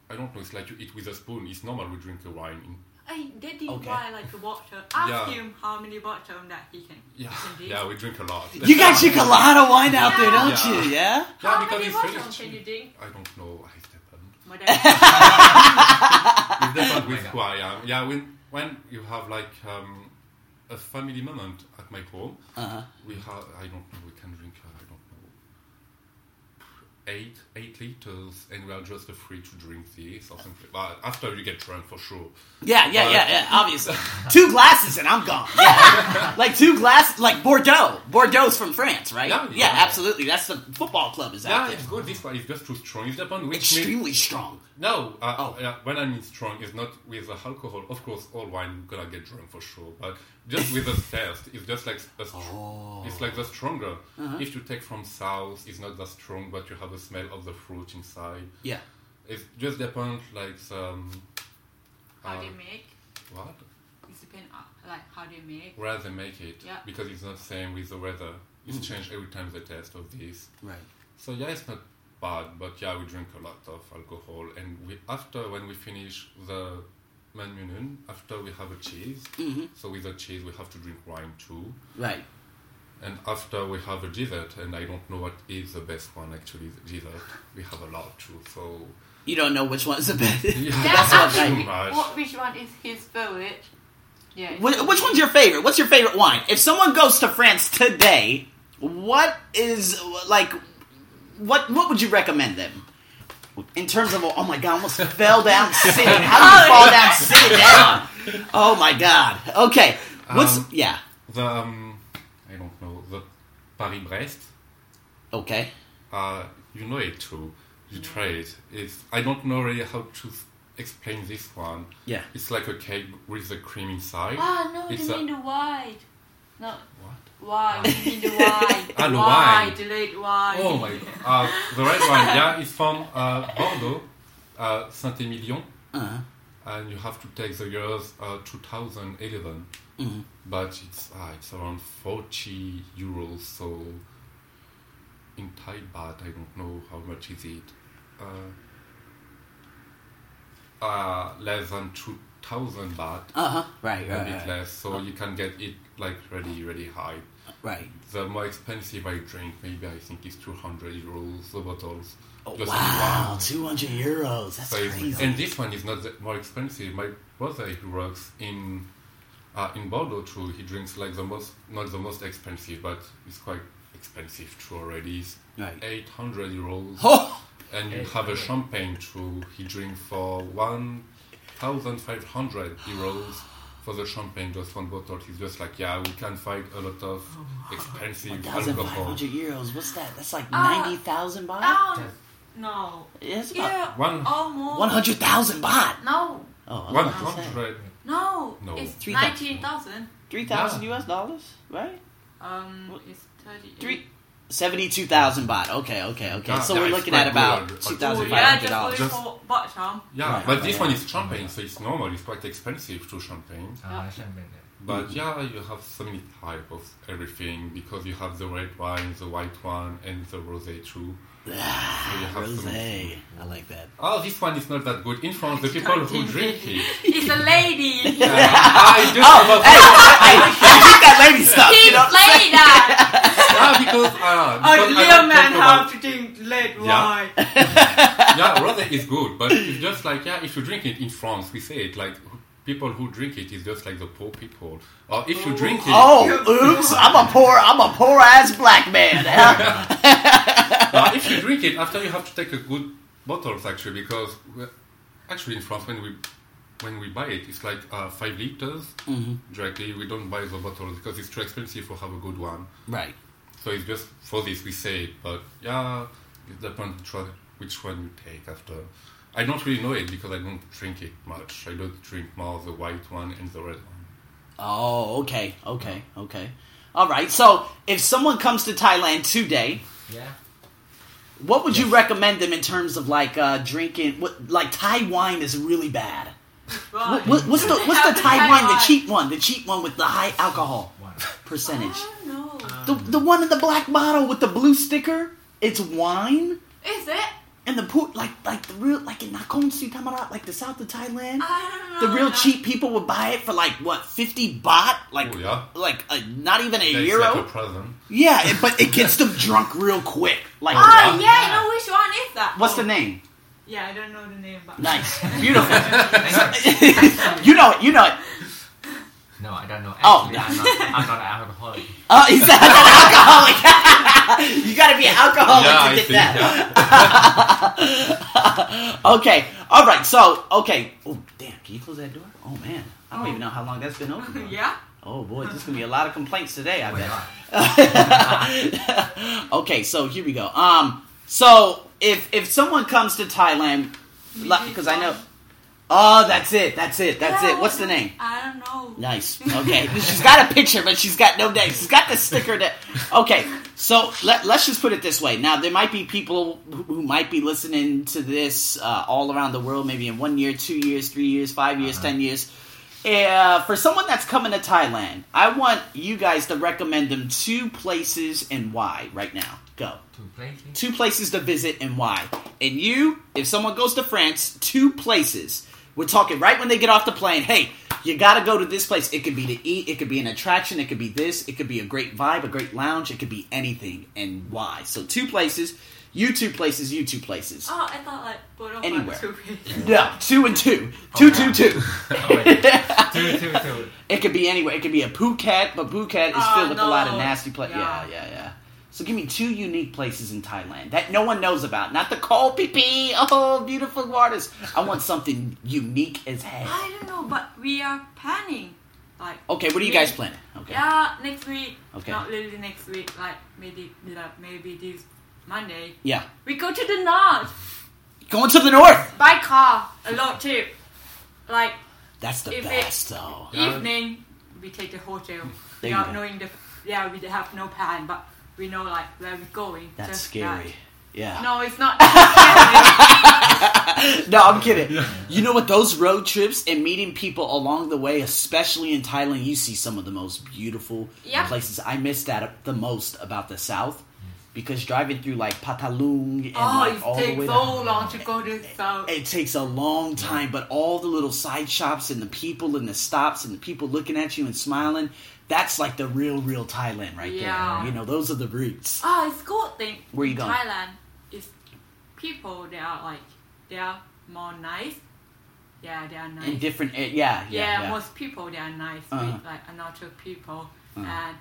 Speaker 3: I don't know, it's like you eat with a spoon. It's normal we drink the wine. in-
Speaker 2: I they did
Speaker 1: Okay.
Speaker 2: buy like a water. Ask
Speaker 3: Yeah.
Speaker 2: him how many water that he can.
Speaker 3: Yeah,
Speaker 2: can drink.
Speaker 3: yeah, we drink a lot.
Speaker 1: You guys drink a lot of wine out there,
Speaker 2: Yeah.
Speaker 1: don't you? Yeah.
Speaker 3: Yeah,
Speaker 2: how
Speaker 3: because
Speaker 2: many
Speaker 3: it's
Speaker 2: water
Speaker 3: really
Speaker 2: can you
Speaker 3: cheap.
Speaker 2: drink?
Speaker 3: I don't know, I depend.
Speaker 2: More than-
Speaker 3: It depends
Speaker 4: Oh my
Speaker 3: with
Speaker 4: God.
Speaker 3: who I am. Yeah, when when you have like um, a family moment at my home,
Speaker 1: Uh huh.
Speaker 3: we have I don't know we can drink uh, I don't know eight eight liters, and we are just free to drink this or something. But after you get drunk for sure.
Speaker 1: Yeah, yeah,
Speaker 3: Uh,
Speaker 1: yeah, yeah. Obviously, two glasses and I'm gone. Yeah. like two glasses, like Bordeaux. Bordeaux's from France, right?
Speaker 3: Yeah,
Speaker 1: yeah,
Speaker 3: yeah.
Speaker 1: absolutely. That's the football club is out
Speaker 3: Yeah,
Speaker 1: there.
Speaker 3: it's good. This one is just too strong. It depends which meal-
Speaker 1: Extremely strong.
Speaker 3: No, uh,
Speaker 1: Oh.
Speaker 3: yeah, when I mean strong, it's not with the alcohol. Of course, all wine you're gonna get drunk for sure, but just with the taste, it's just like a str- it's like the stronger. If you take from south, it's not that strong, but you have the smell of the fruit inside.
Speaker 1: Yeah.
Speaker 3: It just depends, like um,
Speaker 2: how
Speaker 3: uh,
Speaker 2: they make?
Speaker 3: what
Speaker 2: It depends on like how they make.
Speaker 3: where they make it,
Speaker 2: Yeah.
Speaker 3: because it's not same with the weather. It's changed every time the taste of this.
Speaker 1: Right.
Speaker 3: So yeah, it's not bad, but yeah, we drink a lot of alcohol, and we after when we finish the menun. After we have a cheese,
Speaker 1: Mm-hmm.
Speaker 3: so with the cheese we have to drink wine too.
Speaker 1: Right.
Speaker 3: And after we have a dessert, and I don't know what is the best one actually. The dessert we have a lot too. So
Speaker 1: You don't know which one's the best.
Speaker 3: yeah,
Speaker 1: That's what
Speaker 3: that's
Speaker 1: I-
Speaker 3: too much.
Speaker 2: What, which one is his favorite? Yeah.
Speaker 1: Wh- Which one's your favorite? What's your favorite wine? If someone goes to France today, what is like? What what would you recommend them? In terms of oh my god, I almost fell down sitting. How do you fall down sitting down? Oh my god. Okay. What's
Speaker 3: Um,
Speaker 1: yeah?
Speaker 3: The um, I don't know the Paris Brest.
Speaker 1: Okay.
Speaker 3: Uh, you know it too. You try it. It's I don't know really how to s- explain this one.
Speaker 1: Yeah.
Speaker 3: It's like a cake with the cream inside.
Speaker 2: Ah, no,
Speaker 3: It's
Speaker 2: you
Speaker 3: a-
Speaker 2: mean the wine. No,
Speaker 3: What?
Speaker 2: wine.
Speaker 1: Ah.
Speaker 2: You mean the wine.
Speaker 3: Ah, the wine.
Speaker 2: The late wine.
Speaker 3: Oh my god. Uh, the red wine, yeah, it's from uh, Bordeaux, uh, Saint-Emilion,
Speaker 1: Uh,
Speaker 3: and you have to take the years uh, 2011.
Speaker 1: Mhm.
Speaker 3: But it's uh, it's around 40 euros, so in Thai baht, I don't know how much is it. Uh, uh, less than 2,000 baht,
Speaker 1: uh huh. Right.
Speaker 3: a bit
Speaker 1: Right. Right.
Speaker 3: less, so you can get it like really, really high.
Speaker 1: right.
Speaker 3: The more expensive I drink, maybe I think it's 200 euros the bottles.
Speaker 1: Oh,
Speaker 3: Just
Speaker 1: wow,
Speaker 3: one.
Speaker 1: two hundred euros. That's
Speaker 3: So it's-
Speaker 1: crazy.
Speaker 3: and this one is not that more expensive. My brother who works in uh, in Bordeaux too, he drinks like the most not the most expensive, but it's quite expensive too already. It's
Speaker 1: Right.
Speaker 3: 800 euros.
Speaker 1: Oh,
Speaker 3: And you have a
Speaker 4: 800.
Speaker 3: champagne too. He drinks for 1,500 euros for the champagne, just one bottle. He's just like, yeah, we can find a lot of
Speaker 1: Oh one
Speaker 3: expensive
Speaker 1: thousand five
Speaker 3: alcohol.
Speaker 1: hundred euros. What's that? That's like
Speaker 2: Ah.
Speaker 1: ninety thousand baht.
Speaker 2: Oh, no.
Speaker 1: Yeah, it's about
Speaker 2: Yeah.
Speaker 3: One-
Speaker 2: Almost.
Speaker 1: one hundred thousand baht.
Speaker 2: No.
Speaker 1: Oh, I was
Speaker 3: One
Speaker 1: about to say.
Speaker 3: hundred.
Speaker 2: No.
Speaker 3: No.
Speaker 2: It's
Speaker 1: Three thousand.
Speaker 2: 19,000.
Speaker 1: 3,000
Speaker 3: Yeah.
Speaker 1: US dollars, right?
Speaker 2: Um,
Speaker 1: What?
Speaker 2: it's 38.
Speaker 1: Three- 72,000 baht. Okay, okay, okay.
Speaker 3: Yeah,
Speaker 1: so
Speaker 3: yeah,
Speaker 1: we're
Speaker 3: it's
Speaker 1: looking at
Speaker 3: quite
Speaker 1: about
Speaker 3: good.
Speaker 2: Oh, yeah,
Speaker 1: $2,500.
Speaker 2: just
Speaker 1: dollars.
Speaker 2: only
Speaker 3: Just-
Speaker 2: for bottom.
Speaker 3: Yeah,
Speaker 1: Right,
Speaker 3: but
Speaker 1: right,
Speaker 3: this
Speaker 1: right.
Speaker 3: one is champagne, so it's normal. It's quite expensive to champagne.
Speaker 4: Uh, champagne.
Speaker 3: But yeah, you have so many type of everything because you have the red wine, the white one, and the rosé too. So you have so many-
Speaker 1: Rosé. I like that.
Speaker 3: Oh, this one is not that good. In France, the people who drink it.
Speaker 2: It's a lady.
Speaker 3: Yeah, I just love
Speaker 1: Hey, hey, I think that lady stuff,
Speaker 2: He
Speaker 1: you know?
Speaker 2: played that.
Speaker 3: yeah, because uh,
Speaker 2: A
Speaker 3: because I
Speaker 2: real
Speaker 3: don't
Speaker 2: Oh, man
Speaker 3: talk
Speaker 2: have
Speaker 3: about-
Speaker 2: to drink late
Speaker 3: Yeah.
Speaker 2: wine.
Speaker 3: yeah, rosé is good, but it's just like yeah, if you drink it in France, we say it like people who drink it is just like the poor people. Or if you drink it,
Speaker 1: Oh, oops. I'm a poor, I'm a poor ass black man. huh?
Speaker 3: But if you drink it after, you have to take a good bottles actually because we- actually in France when we when we buy it, it's like uh, five liters
Speaker 1: Mm-hmm.
Speaker 3: directly. We don't buy the bottle because it's too expensive to have a good one.
Speaker 1: Right.
Speaker 3: So it's just for this we say it. But yeah, it depends which one, which one you take after. I don't really know it because I don't drink it much. I don't drink more the white one and the red one.
Speaker 1: Oh, okay, okay, okay. All right. So if someone comes to Thailand today,
Speaker 4: Yeah.
Speaker 1: what would you recommend them in terms of like uh, drinking? What, like Thai wine is really bad.
Speaker 2: Right.
Speaker 1: What, what, what's the what's the Thai
Speaker 2: Thai
Speaker 1: wine? The
Speaker 2: wine.
Speaker 1: cheap one, the cheap one with the high alcohol
Speaker 4: One.
Speaker 1: percentage.
Speaker 2: I don't know.
Speaker 1: The the one in the black bottle with the blue sticker. It's wine,
Speaker 2: Is it?
Speaker 1: and the put like like the real like in Nakhon Sitamarat, like the south of Thailand.
Speaker 2: I don't know.
Speaker 1: The real
Speaker 2: Like,
Speaker 1: cheap people would buy it for like what fifty baht, like
Speaker 3: Oh, yeah.
Speaker 1: like a, not even a
Speaker 3: It's
Speaker 1: euro.
Speaker 3: like a present.
Speaker 1: yeah, it, but it gets them drunk real quick. Like uh,
Speaker 2: Oh,
Speaker 3: Yeah.
Speaker 2: yeah, I know which one is that.
Speaker 1: what's
Speaker 2: Oh.
Speaker 1: the name?
Speaker 2: Yeah, I don't know the name, but.
Speaker 1: Nice, beautiful. you know it. You know it.
Speaker 4: No, I don't know.
Speaker 1: Oh.
Speaker 4: Actually, I'm, not, I'm not an alcoholic.
Speaker 1: Oh, he's an alcoholic. you got to be an alcoholic Oh, to get that. okay. All right. So, okay. Oh, damn. Can you close that door? Oh, man. I don't even know how long that's been open. for.
Speaker 2: yeah?
Speaker 1: Oh, boy. There's going to be a lot of complaints today, I
Speaker 4: Oh my God.
Speaker 1: bet. okay. So, here we go. Um. So, if if someone comes to Thailand, because I know. Oh, that's it. That's it. That's it. What's the name?
Speaker 2: I don't know.
Speaker 1: Nice. Okay. she's got a picture, but she's got no name. She's got the sticker that. Okay. So let, let's just put it this way. Now, there might be people who, who might be listening to this uh, all around the world, maybe in one year, two years, three years, five years,
Speaker 4: Uh-huh.
Speaker 1: ten years. Uh, for someone that's coming to Thailand, I want you guys to recommend them two places and why right now. Go.
Speaker 4: Two places.
Speaker 1: Two places to visit and why. And you, if someone goes to France, two places. We're talking right when they get off the plane. Hey, you got to go to this place. It could be to eat. It could be an attraction. It could be this. It could be a great vibe, a great lounge. It could be anything. And why? So two places. You two places. You two places.
Speaker 2: Oh, I thought like Buddha
Speaker 1: Anywhere.
Speaker 2: Two
Speaker 1: No, two and two. Two, two, two.
Speaker 4: Oh, wait. two, two, two.
Speaker 1: It could be anywhere. It could be a Phuket, but Phuket is
Speaker 2: Oh,
Speaker 1: filled with a lot of
Speaker 2: no.
Speaker 1: nasty places. Yeah.
Speaker 2: Yeah.
Speaker 1: yeah, yeah, So give me two unique places in Thailand that no one knows about. Not the cold pee pee. Oh, beautiful waters. I want something unique as hell.
Speaker 2: I don't know, but we are planning. Like
Speaker 1: Okay, what are you
Speaker 2: maybe-
Speaker 1: guys planning? Okay.
Speaker 2: Yeah, next week.
Speaker 1: Oh. Okay.
Speaker 2: Not really next week. Like maybe like, maybe this Monday.
Speaker 1: Yeah.
Speaker 2: We go to the north
Speaker 1: Going to the north.
Speaker 2: by car. A long trip. Like
Speaker 1: That's the
Speaker 2: If it-
Speaker 1: best, though.
Speaker 3: Yeah.
Speaker 2: evening, we take the hotel
Speaker 1: There you
Speaker 2: without
Speaker 1: go.
Speaker 2: knowing the. Yeah, we have no plan, but we know like where we're going.
Speaker 1: That's
Speaker 2: just
Speaker 1: scary.
Speaker 2: that.
Speaker 1: Yeah.
Speaker 2: No, it's not. scary.
Speaker 1: No, I'm kidding. You know what? Those road trips and meeting people along the way, especially in Thailand, you see some of the most beautiful
Speaker 2: Yeah.
Speaker 1: places. I miss that the most about the South because driving through like Patalung and
Speaker 2: oh,
Speaker 1: like all
Speaker 2: it
Speaker 1: the way
Speaker 2: takes
Speaker 1: down,
Speaker 2: so long to go to South.
Speaker 1: it takes a long time. But all the little side shops and the people and the stops and the people looking at you and smiling. That's like the real, real Thailand right
Speaker 2: Yeah.
Speaker 1: there. You know, those are the roots.
Speaker 2: Ah, it's cool thing.
Speaker 1: Where you
Speaker 2: in
Speaker 1: going?
Speaker 2: Thailand is people they are like they are more nice. Yeah, they are nice.
Speaker 1: In different, yeah, yeah,
Speaker 2: yeah,
Speaker 1: yeah.
Speaker 2: most people they are nice
Speaker 1: Uh-huh.
Speaker 2: with like another people.
Speaker 1: Uh-huh.
Speaker 2: And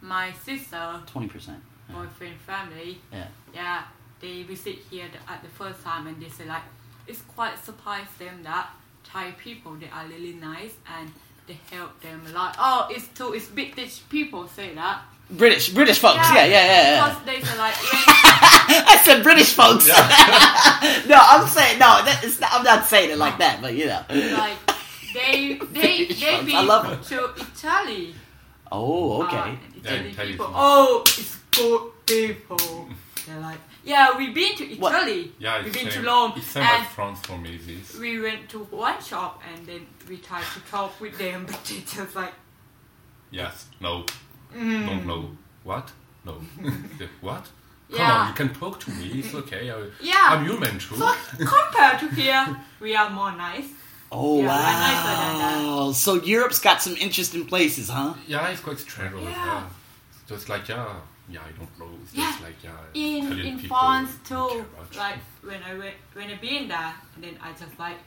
Speaker 2: my sister,
Speaker 1: Twenty percent.
Speaker 2: boyfriend, family,
Speaker 1: Yeah.
Speaker 2: yeah, they visit here the, at the first time and they say like it's quite surprised them that Thai people they are really nice and they help them a lot. Oh, it's too it's British people say that.
Speaker 1: British, British folks. Yeah, yeah, yeah. yeah.
Speaker 2: Because they say like. when-
Speaker 1: I said British folks. no, I'm saying no. That is not, I'm not saying it like that, but you know.
Speaker 2: like they they
Speaker 1: Fish
Speaker 2: they
Speaker 1: ones.
Speaker 2: been
Speaker 1: I love 'em.
Speaker 2: to Italy.
Speaker 1: Oh,
Speaker 2: Uh,
Speaker 1: okay.
Speaker 2: Italy
Speaker 3: Yeah, Italy's
Speaker 2: people.
Speaker 3: nice.
Speaker 2: Oh, it's good people. They're like, yeah, we've been to
Speaker 1: What?
Speaker 2: Italy.
Speaker 3: Yeah,
Speaker 2: we've
Speaker 3: it's
Speaker 2: been
Speaker 3: same,
Speaker 2: to Rome,
Speaker 3: It's same
Speaker 2: and
Speaker 3: as France for me. This.
Speaker 2: we went to one shop, and then we tried to talk with them, but they just like,
Speaker 3: Yes. No.
Speaker 2: Mm.
Speaker 3: Don't know. What? No. Yeah, what? Come on,
Speaker 2: yeah, Mm.
Speaker 3: you can talk to me. It's okay. I,
Speaker 2: Yeah.
Speaker 3: I'm human too.
Speaker 2: so compared to here, we are more nice.
Speaker 1: Oh
Speaker 2: Yeah, I like
Speaker 1: wow. So Europe's got some interesting places, huh?
Speaker 3: Yeah, it's quite strange. over
Speaker 2: Yeah.
Speaker 3: there. It's Just like yeah, yeah, I don't know. It's
Speaker 2: Yeah.
Speaker 3: just like yeah.
Speaker 2: in
Speaker 3: Italian
Speaker 2: in
Speaker 3: people
Speaker 2: France
Speaker 3: don't
Speaker 2: too.
Speaker 3: care much.
Speaker 2: Like when I went when I been there, and then I just like,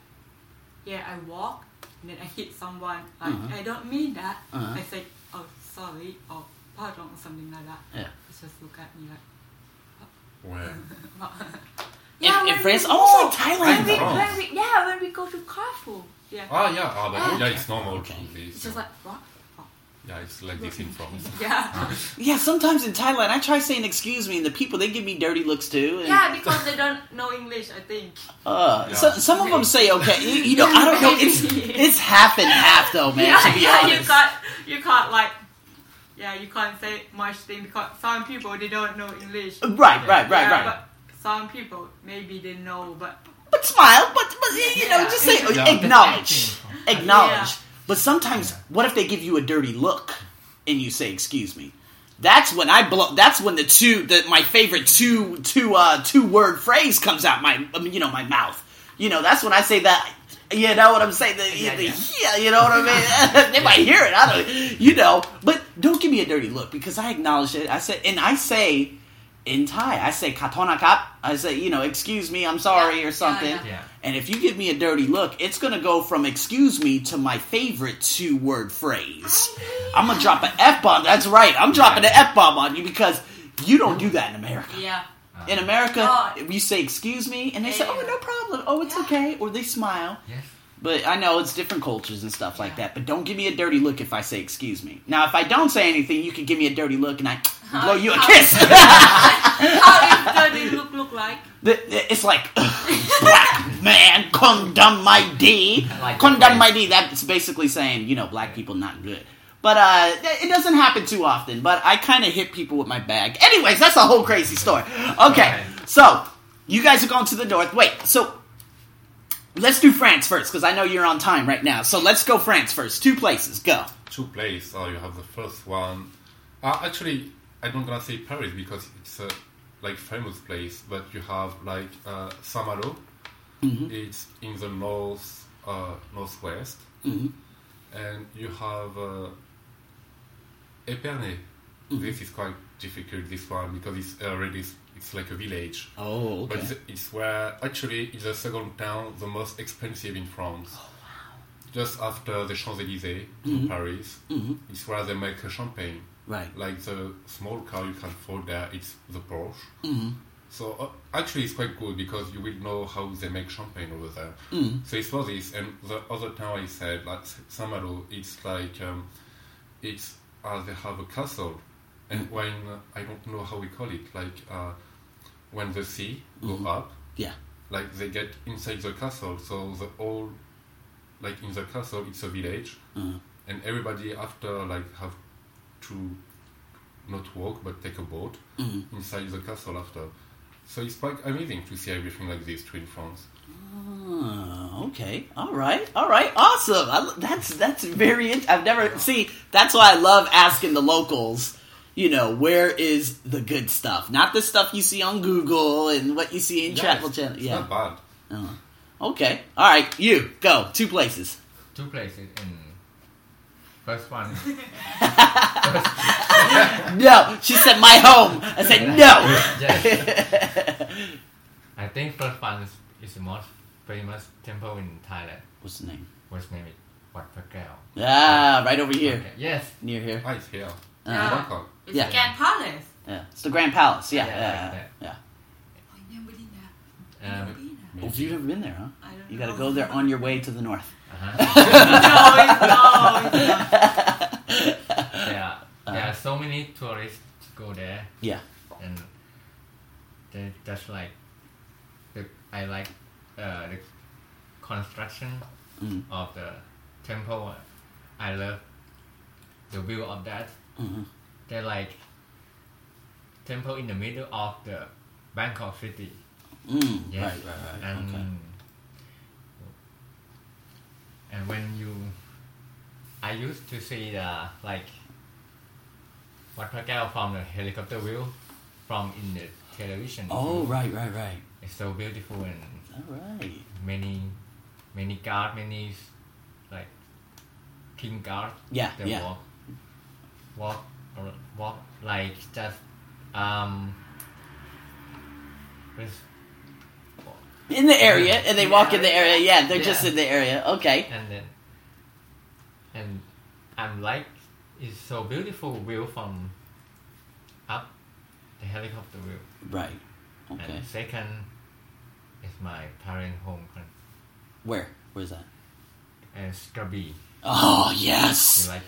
Speaker 2: yeah, I walk, and then I hit someone. Like I don't mean that.
Speaker 1: Uh-huh.
Speaker 2: I say, oh sorry, or pardon, or something like that.
Speaker 1: Yeah.
Speaker 2: They just look at me like,
Speaker 3: Well,
Speaker 2: what?
Speaker 1: In- in
Speaker 2: when we
Speaker 1: France?
Speaker 2: go-
Speaker 1: Oh, Oh,
Speaker 2: When
Speaker 1: Thailand.
Speaker 2: we,
Speaker 3: France.
Speaker 2: when we, yeah, when we go to Carrefour, yeah,
Speaker 3: ah yeah, ah, but, yeah, it's normal.
Speaker 1: Okay.
Speaker 3: too, this.
Speaker 2: it's just like what? Oh. What?
Speaker 3: yeah, it's like this in France.
Speaker 2: Yeah,
Speaker 1: Yeah, sometimes in Thailand I try saying excuse me and the people they give me dirty looks too. And,
Speaker 2: yeah, because they don't know English, I think.
Speaker 1: Uh, so,
Speaker 3: Yeah.
Speaker 1: some of them say okay. You, you know, I don't know. It's it's half and half though, man.
Speaker 2: yeah,
Speaker 1: to be
Speaker 2: yeah, you
Speaker 1: honest.
Speaker 2: can't, you can't like, yeah, you can't say much thing because some people they don't know English. Right,
Speaker 1: Right, right, right,
Speaker 2: yeah,
Speaker 1: right.
Speaker 2: But some people maybe they know, but
Speaker 1: but smile, but, but you know,
Speaker 2: Yeah.
Speaker 1: just say
Speaker 3: Yeah.
Speaker 1: acknowledge, acknowledge.
Speaker 2: Yeah.
Speaker 1: But sometimes, what if they give you a dirty look and you say, "Excuse me"? That's when I blow. That's when the two, the, my favorite two, two, uh, two word phrase comes out my, um, you know, my mouth. You know, that's when I say that. You know what I'm saying? The,
Speaker 4: Yeah,
Speaker 1: the-
Speaker 4: yeah.
Speaker 1: yeah, you know what I mean. they might hear it. I don't. You know, but don't give me a dirty look because I acknowledge it. I said, and I say in Thai, I say "katona kap." I say, you know, excuse me, I'm sorry,
Speaker 2: Yeah,
Speaker 1: or something.
Speaker 2: yeah,
Speaker 4: Yeah.
Speaker 1: And if you give me a dirty look, it's gonna go from excuse me to my favorite two word phrase. I'm gonna drop an F bomb. That's right. I'm dropping an F bomb on you because you don't do that in America.
Speaker 2: yeah,
Speaker 4: Uh,
Speaker 1: In America,
Speaker 2: Oh.
Speaker 1: you say excuse me and they say, oh,
Speaker 2: Yeah.
Speaker 1: no problem. Oh, it's
Speaker 2: Yeah.
Speaker 1: okay. Or they smile.
Speaker 4: Yes.
Speaker 1: But I know it's different cultures and stuff like
Speaker 2: Yeah.
Speaker 1: that. But don't give me a dirty look if I say excuse me. Now, if I don't say anything, you can give me a dirty look and I blow you a
Speaker 2: How-
Speaker 1: kiss.
Speaker 2: how is dirty look look like?
Speaker 1: The- the- It's like black man condemn my D,
Speaker 4: like
Speaker 1: condemn
Speaker 4: that.
Speaker 1: my D. That's basically saying you know black people not good. But uh, th- it doesn't happen too often. But I kind of hit people with my bag. Anyways, that's a whole crazy story. Okay,
Speaker 4: Okay.
Speaker 1: so you guys are going to the north. Wait, so let's do France first because I know you're on time right now. So let's go France first. Two places. Go.
Speaker 3: two places. Uh, you have the first one. Uh, actually, I don't gonna say Paris because it's a like famous place, but you have like uh, Saint Malo. It's in the north uh, northwest,
Speaker 1: hmm
Speaker 3: and you have uh, Épernay. This is quite difficult. This one because it's already it's like a village,
Speaker 1: Oh,
Speaker 3: but
Speaker 1: okay.
Speaker 3: it's, it's where actually it's the second town the most expensive in France. Just after the Champs Elysees in Paris,
Speaker 1: hmm
Speaker 3: it's where they make a champagne.
Speaker 1: Right.
Speaker 3: Like the small car you can afford there, it's the Porsche.
Speaker 1: hmm
Speaker 3: So uh, actually, it's quite good because you will know how they make champagne over there.
Speaker 1: Mm.
Speaker 3: So it's for this, and the other town I said, like San Malo, it's like um, it's uh, they have a castle, and when uh, I don't know how we call it, like uh, when the sea
Speaker 1: Mhm.
Speaker 3: go up,
Speaker 1: Yeah.
Speaker 3: like they get inside the castle. So the whole, like in the castle, it's a village,
Speaker 1: Mhm.
Speaker 3: and everybody after like have to not walk but take a boat
Speaker 1: hmm
Speaker 3: inside the castle after. So it's quite amazing to see everything like this too in France.
Speaker 1: Oh, okay. All right. All right. Awesome. I, lo- that's that's very. In- I've never see. That's why I love asking the locals. You know, where is the good stuff? Not the stuff you see on Google and what you see in
Speaker 3: Yeah,
Speaker 1: Travel
Speaker 3: it's-
Speaker 1: Channel.
Speaker 3: It's
Speaker 1: Yeah.
Speaker 3: not bad.
Speaker 1: Oh. Okay. All right. You go two places.
Speaker 4: Two places in. First one.
Speaker 1: No, she said my home. I said no.
Speaker 4: yes. I think first one is, is the most famous temple in Thailand.
Speaker 1: What's the name?
Speaker 4: What's name is Wat Phakeo.
Speaker 1: Ah, right over here,
Speaker 4: Okay, Yes.
Speaker 1: near here.
Speaker 3: Ah, it's here.
Speaker 1: Uh,
Speaker 2: Yeah.
Speaker 3: Bangkok.
Speaker 2: It's
Speaker 1: Yeah.
Speaker 2: yeah. Grand Palace.
Speaker 1: yeah. It's the Grand Palace. Yeah.
Speaker 4: Yeah,
Speaker 1: Yeah.
Speaker 4: like
Speaker 1: yeah,
Speaker 4: that.
Speaker 1: yeah.
Speaker 2: I never been there. Never
Speaker 4: Um,
Speaker 2: been there.
Speaker 1: Well, you've never been there, huh?
Speaker 2: I don't
Speaker 1: You got to go
Speaker 2: know.
Speaker 1: there on your way to the north.
Speaker 4: uh-huh.
Speaker 2: no, it's no, it's not.
Speaker 4: there, are, there are so many tourists go there
Speaker 1: Yeah.
Speaker 4: and they just like the, I like uh, the construction
Speaker 1: Mm.
Speaker 4: of the temple. I love the view of that.
Speaker 1: hmm
Speaker 4: They're like temple in the middle of the Bangkok city.
Speaker 1: Mm,
Speaker 4: Yes.
Speaker 1: Right, right, right.
Speaker 4: And
Speaker 1: okay.
Speaker 4: and when you, I used to see the like Wat Phra Keo from the helicopter view, from in the television.
Speaker 1: Oh, right, right, right.
Speaker 4: it's so beautiful and
Speaker 1: All right.
Speaker 4: many, many guard, many like king guard.
Speaker 1: Yeah,
Speaker 4: They
Speaker 1: yeah.
Speaker 4: walk, walk, or walk like just um. with-
Speaker 1: In the area, and they
Speaker 4: In the
Speaker 1: walk in the
Speaker 4: area.
Speaker 1: area. Yeah, they're just
Speaker 4: Yeah.
Speaker 1: in the area. Okay.
Speaker 4: and then and I'm like it's so beautiful view from up the helicopter view
Speaker 1: Right. Okay.
Speaker 4: and second is my parent home coun-
Speaker 1: Where? Where's that?
Speaker 4: and Krabi
Speaker 1: Oh,
Speaker 4: you
Speaker 1: yes.
Speaker 4: like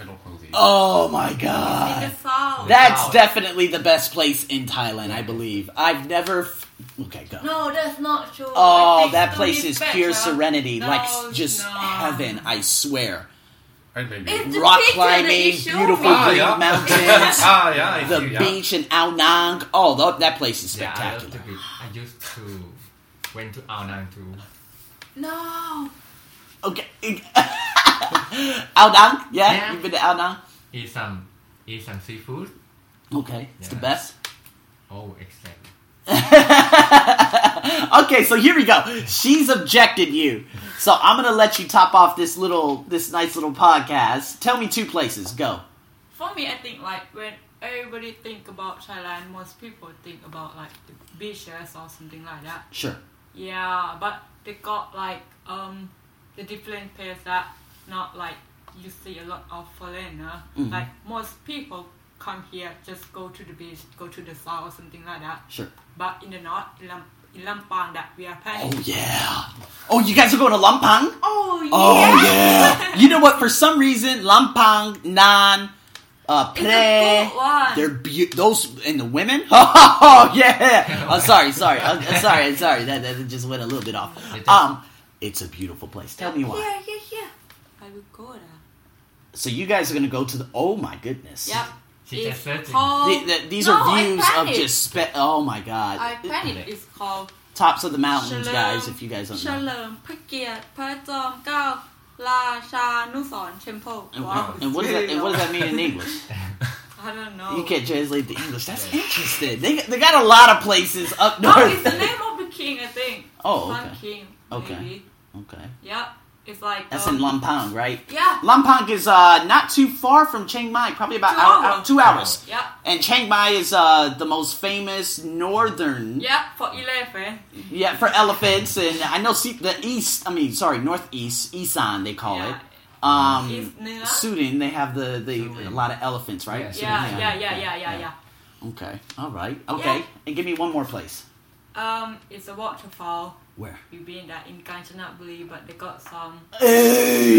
Speaker 3: I don't know this.
Speaker 1: Oh, my
Speaker 2: It's in
Speaker 1: God.
Speaker 2: the south.
Speaker 1: That's
Speaker 4: Wow.
Speaker 1: definitely the best place in Thailand, I believe. I've never. F- okay, go.
Speaker 2: No, that's not true. I
Speaker 1: Oh,
Speaker 2: think
Speaker 1: that
Speaker 2: Snowy
Speaker 1: place is
Speaker 2: better.
Speaker 1: pure serenity,
Speaker 2: No,
Speaker 1: like s- just
Speaker 2: no.
Speaker 1: heaven. I swear.
Speaker 3: And maybe.
Speaker 2: It's- The
Speaker 1: Rock
Speaker 2: picture that
Speaker 1: climbing,
Speaker 2: you showed
Speaker 1: beautiful
Speaker 2: me.
Speaker 3: ah,
Speaker 1: green
Speaker 3: yeah.
Speaker 1: mountains,
Speaker 3: ah, yeah. I
Speaker 1: the
Speaker 3: see, yeah.
Speaker 1: beach in Ao Nang. Oh, tho- that place is
Speaker 4: yeah I love
Speaker 1: spectacular.
Speaker 4: to be I used to went to Ao Nang to
Speaker 2: No.
Speaker 1: Okay. Ao Nang, yeah?
Speaker 4: Yeah.
Speaker 1: You've been to Ao Nang?
Speaker 4: eat some eat some seafood
Speaker 1: Okay. It's the
Speaker 4: Yeah.
Speaker 1: best.
Speaker 4: oh exactly
Speaker 1: okay, so here we go. She's objected you. So I'm gonna let you top off this little this nice little podcast. Tell me two places. Go.
Speaker 2: For me, I think like when everybody think about Thailand, most people think about like the beaches or something like that.
Speaker 1: Sure.
Speaker 2: Yeah, but they got like um the different place that not like you see a lot of foreigner.
Speaker 1: Mhm.
Speaker 2: Like most people come here just go to the beach, go to the south, something like that.
Speaker 1: Sure.
Speaker 2: But in the north, in Lam- in Lampang, that we are
Speaker 1: Oh
Speaker 2: planning.
Speaker 1: yeah. Oh you guys are going to Lampang?
Speaker 2: Oh, yeah.
Speaker 1: Oh yeah. you know what? For some reason, Lampang, Nan, uh,
Speaker 2: It's a
Speaker 1: Pre,
Speaker 2: good one.
Speaker 1: they're be- those and the women. Oh yeah. I'm sorry, sorry, I'm, I'm sorry, I'm sorry. That, that just went a little bit off.
Speaker 4: It does.
Speaker 1: Um, it's a beautiful place. Tell me why.
Speaker 2: Yeah, yeah, yeah. I will go there.
Speaker 1: So you guys are gonna go to the? Oh my goodness.
Speaker 2: Yep.
Speaker 4: She
Speaker 2: It's
Speaker 4: just said it.
Speaker 2: called.
Speaker 1: The- the- these
Speaker 2: No,
Speaker 1: are
Speaker 2: I
Speaker 1: views of
Speaker 2: planned it.
Speaker 1: just spe- oh my god
Speaker 2: I panic. It's called
Speaker 1: tops of the mountains
Speaker 2: Shalom-
Speaker 1: guys if you guys don't know
Speaker 2: เฉลิมพระเกียรติพระจอมเกล้าราชานุสรณ์ Temple
Speaker 1: and,
Speaker 2: wow
Speaker 1: and what, does that, and what does that mean in English?
Speaker 2: I don't know
Speaker 1: You can't translate the English. That's interesting. They, they got a lot of places up
Speaker 2: no it's
Speaker 1: north.
Speaker 2: the name of the king I think
Speaker 1: Oh,
Speaker 2: Sun
Speaker 1: okay.
Speaker 2: king
Speaker 1: Okay.
Speaker 2: maybe
Speaker 1: okay.
Speaker 2: yeah It's like
Speaker 1: That's
Speaker 2: um,
Speaker 1: in Lampang, right?
Speaker 2: Yeah.
Speaker 1: Lampang is uh, not too far from Chiang Mai, probably about
Speaker 2: Two
Speaker 1: hour,
Speaker 2: hours.
Speaker 1: hour- two hours.
Speaker 2: Yeah.
Speaker 1: And Chiang Mai is uh, the most famous northern.
Speaker 2: Yeah, for eleven.
Speaker 1: Yeah, for elephants, and I know see, the east. I mean, sorry, northeast, Isan they call
Speaker 2: Yeah.
Speaker 1: it. Um,
Speaker 2: East Nila?
Speaker 1: Sudan, they have the, the a
Speaker 4: Sudan.
Speaker 1: lot of elephants, right?
Speaker 4: Yeah,
Speaker 2: Yeah,
Speaker 1: Sudan,
Speaker 2: yeah, yeah, yeah, yeah, yeah.
Speaker 1: Okay, all right, okay,
Speaker 2: Yeah.
Speaker 1: and give me one more place.
Speaker 2: Um, it's a waterfall.
Speaker 1: Where?
Speaker 2: We've been there in Kanchanaburi, but they got some.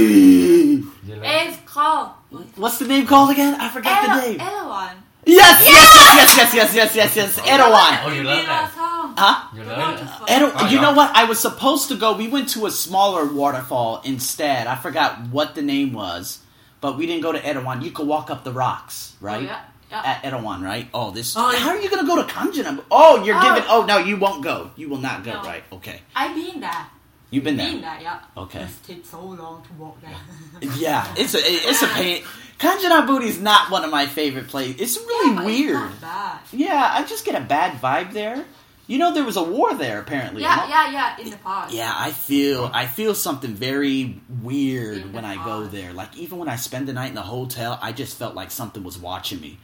Speaker 4: You like-
Speaker 2: It's called.
Speaker 1: What's the name called again? I forgot the
Speaker 2: Elo-
Speaker 1: name.
Speaker 2: Eloan.
Speaker 1: Yes, yes, yes, yes, yes, yes, yes, yes, yes. Erdogan.
Speaker 4: Oh, you
Speaker 2: We
Speaker 4: love
Speaker 2: did
Speaker 4: that.
Speaker 2: last time.
Speaker 1: Huh?
Speaker 4: You
Speaker 2: The
Speaker 4: love it.
Speaker 2: waterfall.
Speaker 1: Erdo-
Speaker 3: Oh,
Speaker 1: you
Speaker 3: yeah.
Speaker 1: know what? uh, I was supposed to go. We went to a smaller waterfall instead. I forgot what the name was, but we didn't go to Erdogan. You could walk up the rocks, right?
Speaker 2: Oh, yeah, yeah.
Speaker 1: At Erdogan, right? Oh, this.
Speaker 2: Oh, yeah.
Speaker 1: How are you going to go to Kanjana? Oh, you're
Speaker 2: Oh.
Speaker 1: giving. Oh no, you won't go. You will not go.
Speaker 2: No.
Speaker 1: Right? Okay.
Speaker 2: I've been there.
Speaker 1: You've been
Speaker 2: Been
Speaker 1: there.
Speaker 2: there, yeah.
Speaker 1: Okay.
Speaker 2: It's taken so long to walk there.
Speaker 1: Yeah, it's a it's a pain. Kanjana is not one of my favorite places. It's really
Speaker 2: Yeah, but it's
Speaker 1: weird.
Speaker 2: not bad.
Speaker 1: Yeah, I just get a bad vibe there. You know, there was a war there apparently.
Speaker 2: Yeah,
Speaker 1: Not-
Speaker 2: yeah, yeah, in the past.
Speaker 1: Yeah, I feel I feel something very weird
Speaker 2: In
Speaker 1: when
Speaker 2: the
Speaker 1: I go
Speaker 2: past.
Speaker 1: there. Like even when I spend the night in the hotel, I just felt like something was watching me.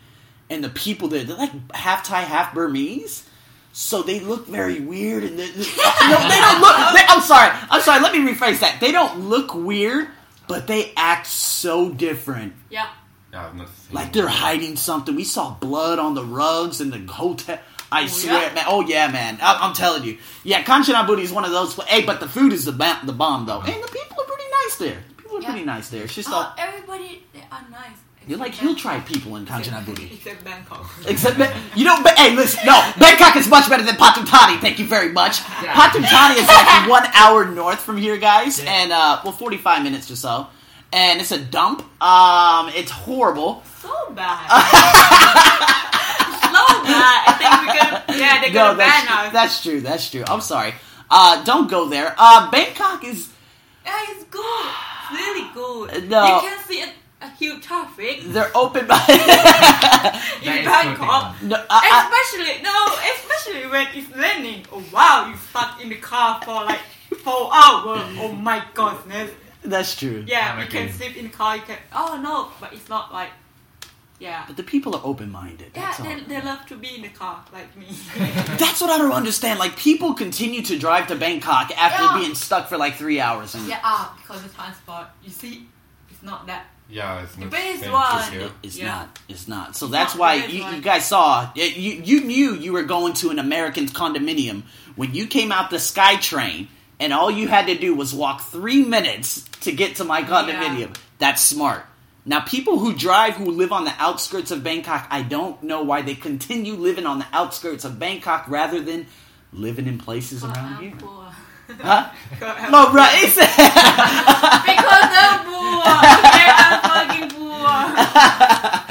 Speaker 1: And the people there, they're like half Thai, half Burmese. So they look very weird, and they, they- no, they don't look. They, I'm sorry, I'm sorry. Let me rephrase that. They don't look weird, but they act so different.
Speaker 2: Yeah.
Speaker 3: Yeah, I've not seen
Speaker 1: Like
Speaker 3: it.
Speaker 1: they're hiding something. We saw blood on the rugs in the hotel. I
Speaker 2: yeah?
Speaker 1: swear, man. Oh yeah, man. I, I'm telling you. Yeah, Kanchanaburi is one of those. pla- Hey, but the food is the ba- the bomb though, and the people are pretty nice there. The people are
Speaker 2: Yeah.
Speaker 1: pretty nice there. It's just
Speaker 2: Oh,
Speaker 1: all
Speaker 2: everybody, they are nice.
Speaker 1: you're like
Speaker 2: Except
Speaker 1: hill tribe people in Kanchanaburi.
Speaker 2: Except Bangkok.
Speaker 1: Except that, you know, but hey, listen, no, Bangkok is much better than Patumtani. Thank you very much.
Speaker 4: Yeah.
Speaker 1: Patumtani is like one hour north from here, guys,
Speaker 4: Yeah.
Speaker 1: and uh, well, 45 minutes or so. And it's a dump. Um, it's horrible.
Speaker 2: so bad. so bad. I think we're gonna. Yeah, they're gonna
Speaker 1: that's,
Speaker 2: ban us.
Speaker 1: that's true. That's true. I'm sorry. Uh, don't go there. Uh, Bangkok is
Speaker 2: yeah, it's good. It's really good.
Speaker 1: No.
Speaker 2: You can see a, a huge traffic in
Speaker 1: they're open by.
Speaker 4: That is
Speaker 2: Bangkok.
Speaker 1: no, I,
Speaker 2: Especially no, especially when it's raining. Oh wow, you stuck in the car for like four hours. Oh my goodness.
Speaker 1: I, that's true.
Speaker 2: Yeah,
Speaker 4: I'm
Speaker 2: you can
Speaker 4: okay.
Speaker 2: sleep in the car. You can. Oh no, but it's not like. Yeah.
Speaker 1: But the people are open minded.
Speaker 2: Yeah,
Speaker 1: That's all.
Speaker 2: they, they love to be in the car like me.
Speaker 1: That's what I don't understand. Like people continue to drive to Bangkok after
Speaker 2: Yeah.
Speaker 1: being stuck for like three hours. And
Speaker 2: yeah, ah, because the transport. You see, it's not that
Speaker 3: Yeah, it's not
Speaker 2: biggest
Speaker 3: same
Speaker 2: one.
Speaker 3: as here.
Speaker 1: It's
Speaker 2: Yeah.
Speaker 1: not. It's not. So
Speaker 2: It's
Speaker 1: that's
Speaker 2: not
Speaker 1: why
Speaker 2: good,
Speaker 1: you,
Speaker 2: right?
Speaker 1: you guys saw. You, you knew you were going to an American's condominium when you came out the SkyTrain, and all you had to do was walk three minutes to get to my condominium. That's smart. Now, people who drive who live on the outskirts of Bangkok, I don't know why they continue living on the outskirts of Bangkok rather than living in places around
Speaker 2: um,
Speaker 1: here. Huh? No, right?
Speaker 2: because I'm poor. Okay, I'm fucking poor.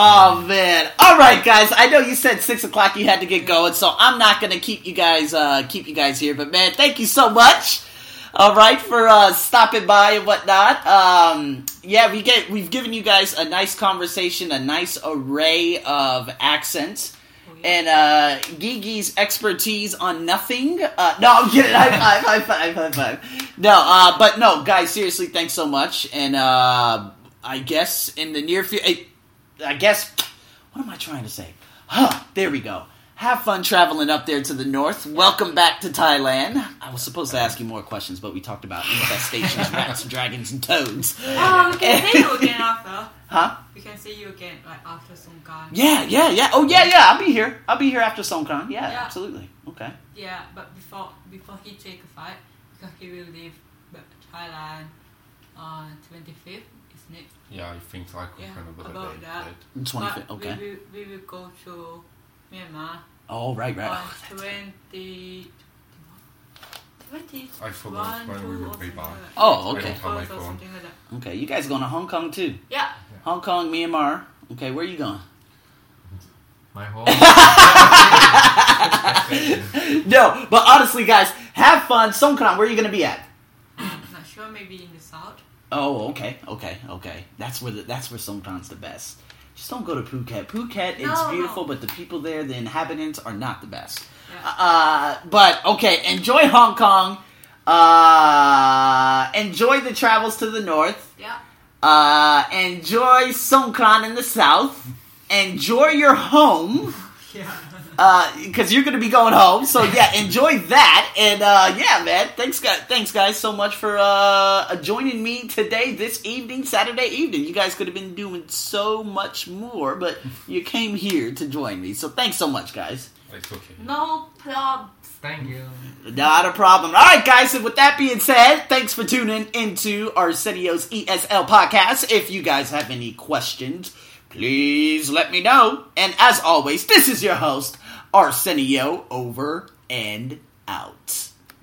Speaker 1: Oh man! All right, guys. I know you said six o'clock you had to get going, so I'm not going to keep you guys uh, keep you guys here. But man, thank you so much. All right, for uh, stopping by and whatnot. Um, yeah, we get we've given you guys a nice conversation, a nice array of accents. And uh, Gigi's expertise on nothing. Uh, no, I'm kidding. High five, high five, high five. No, uh, but no, guys, seriously, thanks so much. And uh, I guess in the near future, I guess, what am I trying to say? Huh, there we go. Have fun traveling up there to the north. Welcome back to Thailand. I was supposed to ask you more questions, but we talked about infestations, rats, dragons, and toads.
Speaker 2: Oh, we can see you again after.
Speaker 1: Huh?
Speaker 2: We can see you again like after some time.
Speaker 1: Yeah, yeah, yeah. Oh, yeah, yeah. I'll be here. I'll be here after Songkran. Yeah,
Speaker 2: Yeah.
Speaker 1: absolutely. Okay.
Speaker 2: Yeah, but before before he take a flight, because he will leave but Thailand uh, on twenty fifth, isn't it?
Speaker 3: Yeah, I think so. I could
Speaker 2: Yeah,
Speaker 3: remember the
Speaker 2: about
Speaker 3: date.
Speaker 2: that.
Speaker 3: but-
Speaker 1: Twenty fifth.
Speaker 2: But
Speaker 1: Okay.
Speaker 2: We will, we will go to Myanmar
Speaker 1: Oh, right, right.
Speaker 2: on twenty. Twenty.
Speaker 3: I forgot when we will be back.
Speaker 1: Oh,
Speaker 3: I
Speaker 1: okay.
Speaker 3: don't have my
Speaker 2: Or
Speaker 3: phone.
Speaker 2: something like that.
Speaker 1: Okay. You guys going to Hong Kong too?
Speaker 2: Yeah.
Speaker 1: Hong Kong, Myanmar. Okay, where you going?
Speaker 4: My home.
Speaker 1: No, but honestly, guys, have fun. Songkran, where are you going to be at?
Speaker 2: I'm not sure, maybe in the south.
Speaker 1: Oh, okay, okay, okay. That's where the, that's where Songkran's the best. Just don't go to Phuket. Phuket,
Speaker 2: No,
Speaker 1: it's
Speaker 2: no.
Speaker 1: beautiful, but the people there, the inhabitants, are not the best.
Speaker 2: Yeah.
Speaker 1: Uh, but okay, enjoy Hong Kong. Uh, enjoy the travels to the north.
Speaker 2: Yeah.
Speaker 1: Uh, enjoy Songkran in the south. Enjoy your home.
Speaker 2: Yeah.
Speaker 1: because you're going to be going home. So yeah, enjoy that, and uh, yeah, man, thanks guys, thanks guys so much for uh, joining me today, this evening, Saturday evening. You guys could have been doing so much more, but you came here to join me. So thanks so much, guys.
Speaker 3: It's okay.
Speaker 2: No problem.
Speaker 4: Thank you.
Speaker 1: Not a problem. All right, guys. And with that being said, thanks for tuning into Arsenio's ESL podcast. If you guys have any questions, please let me know. And as always, this is your host, Arsenio, over and out.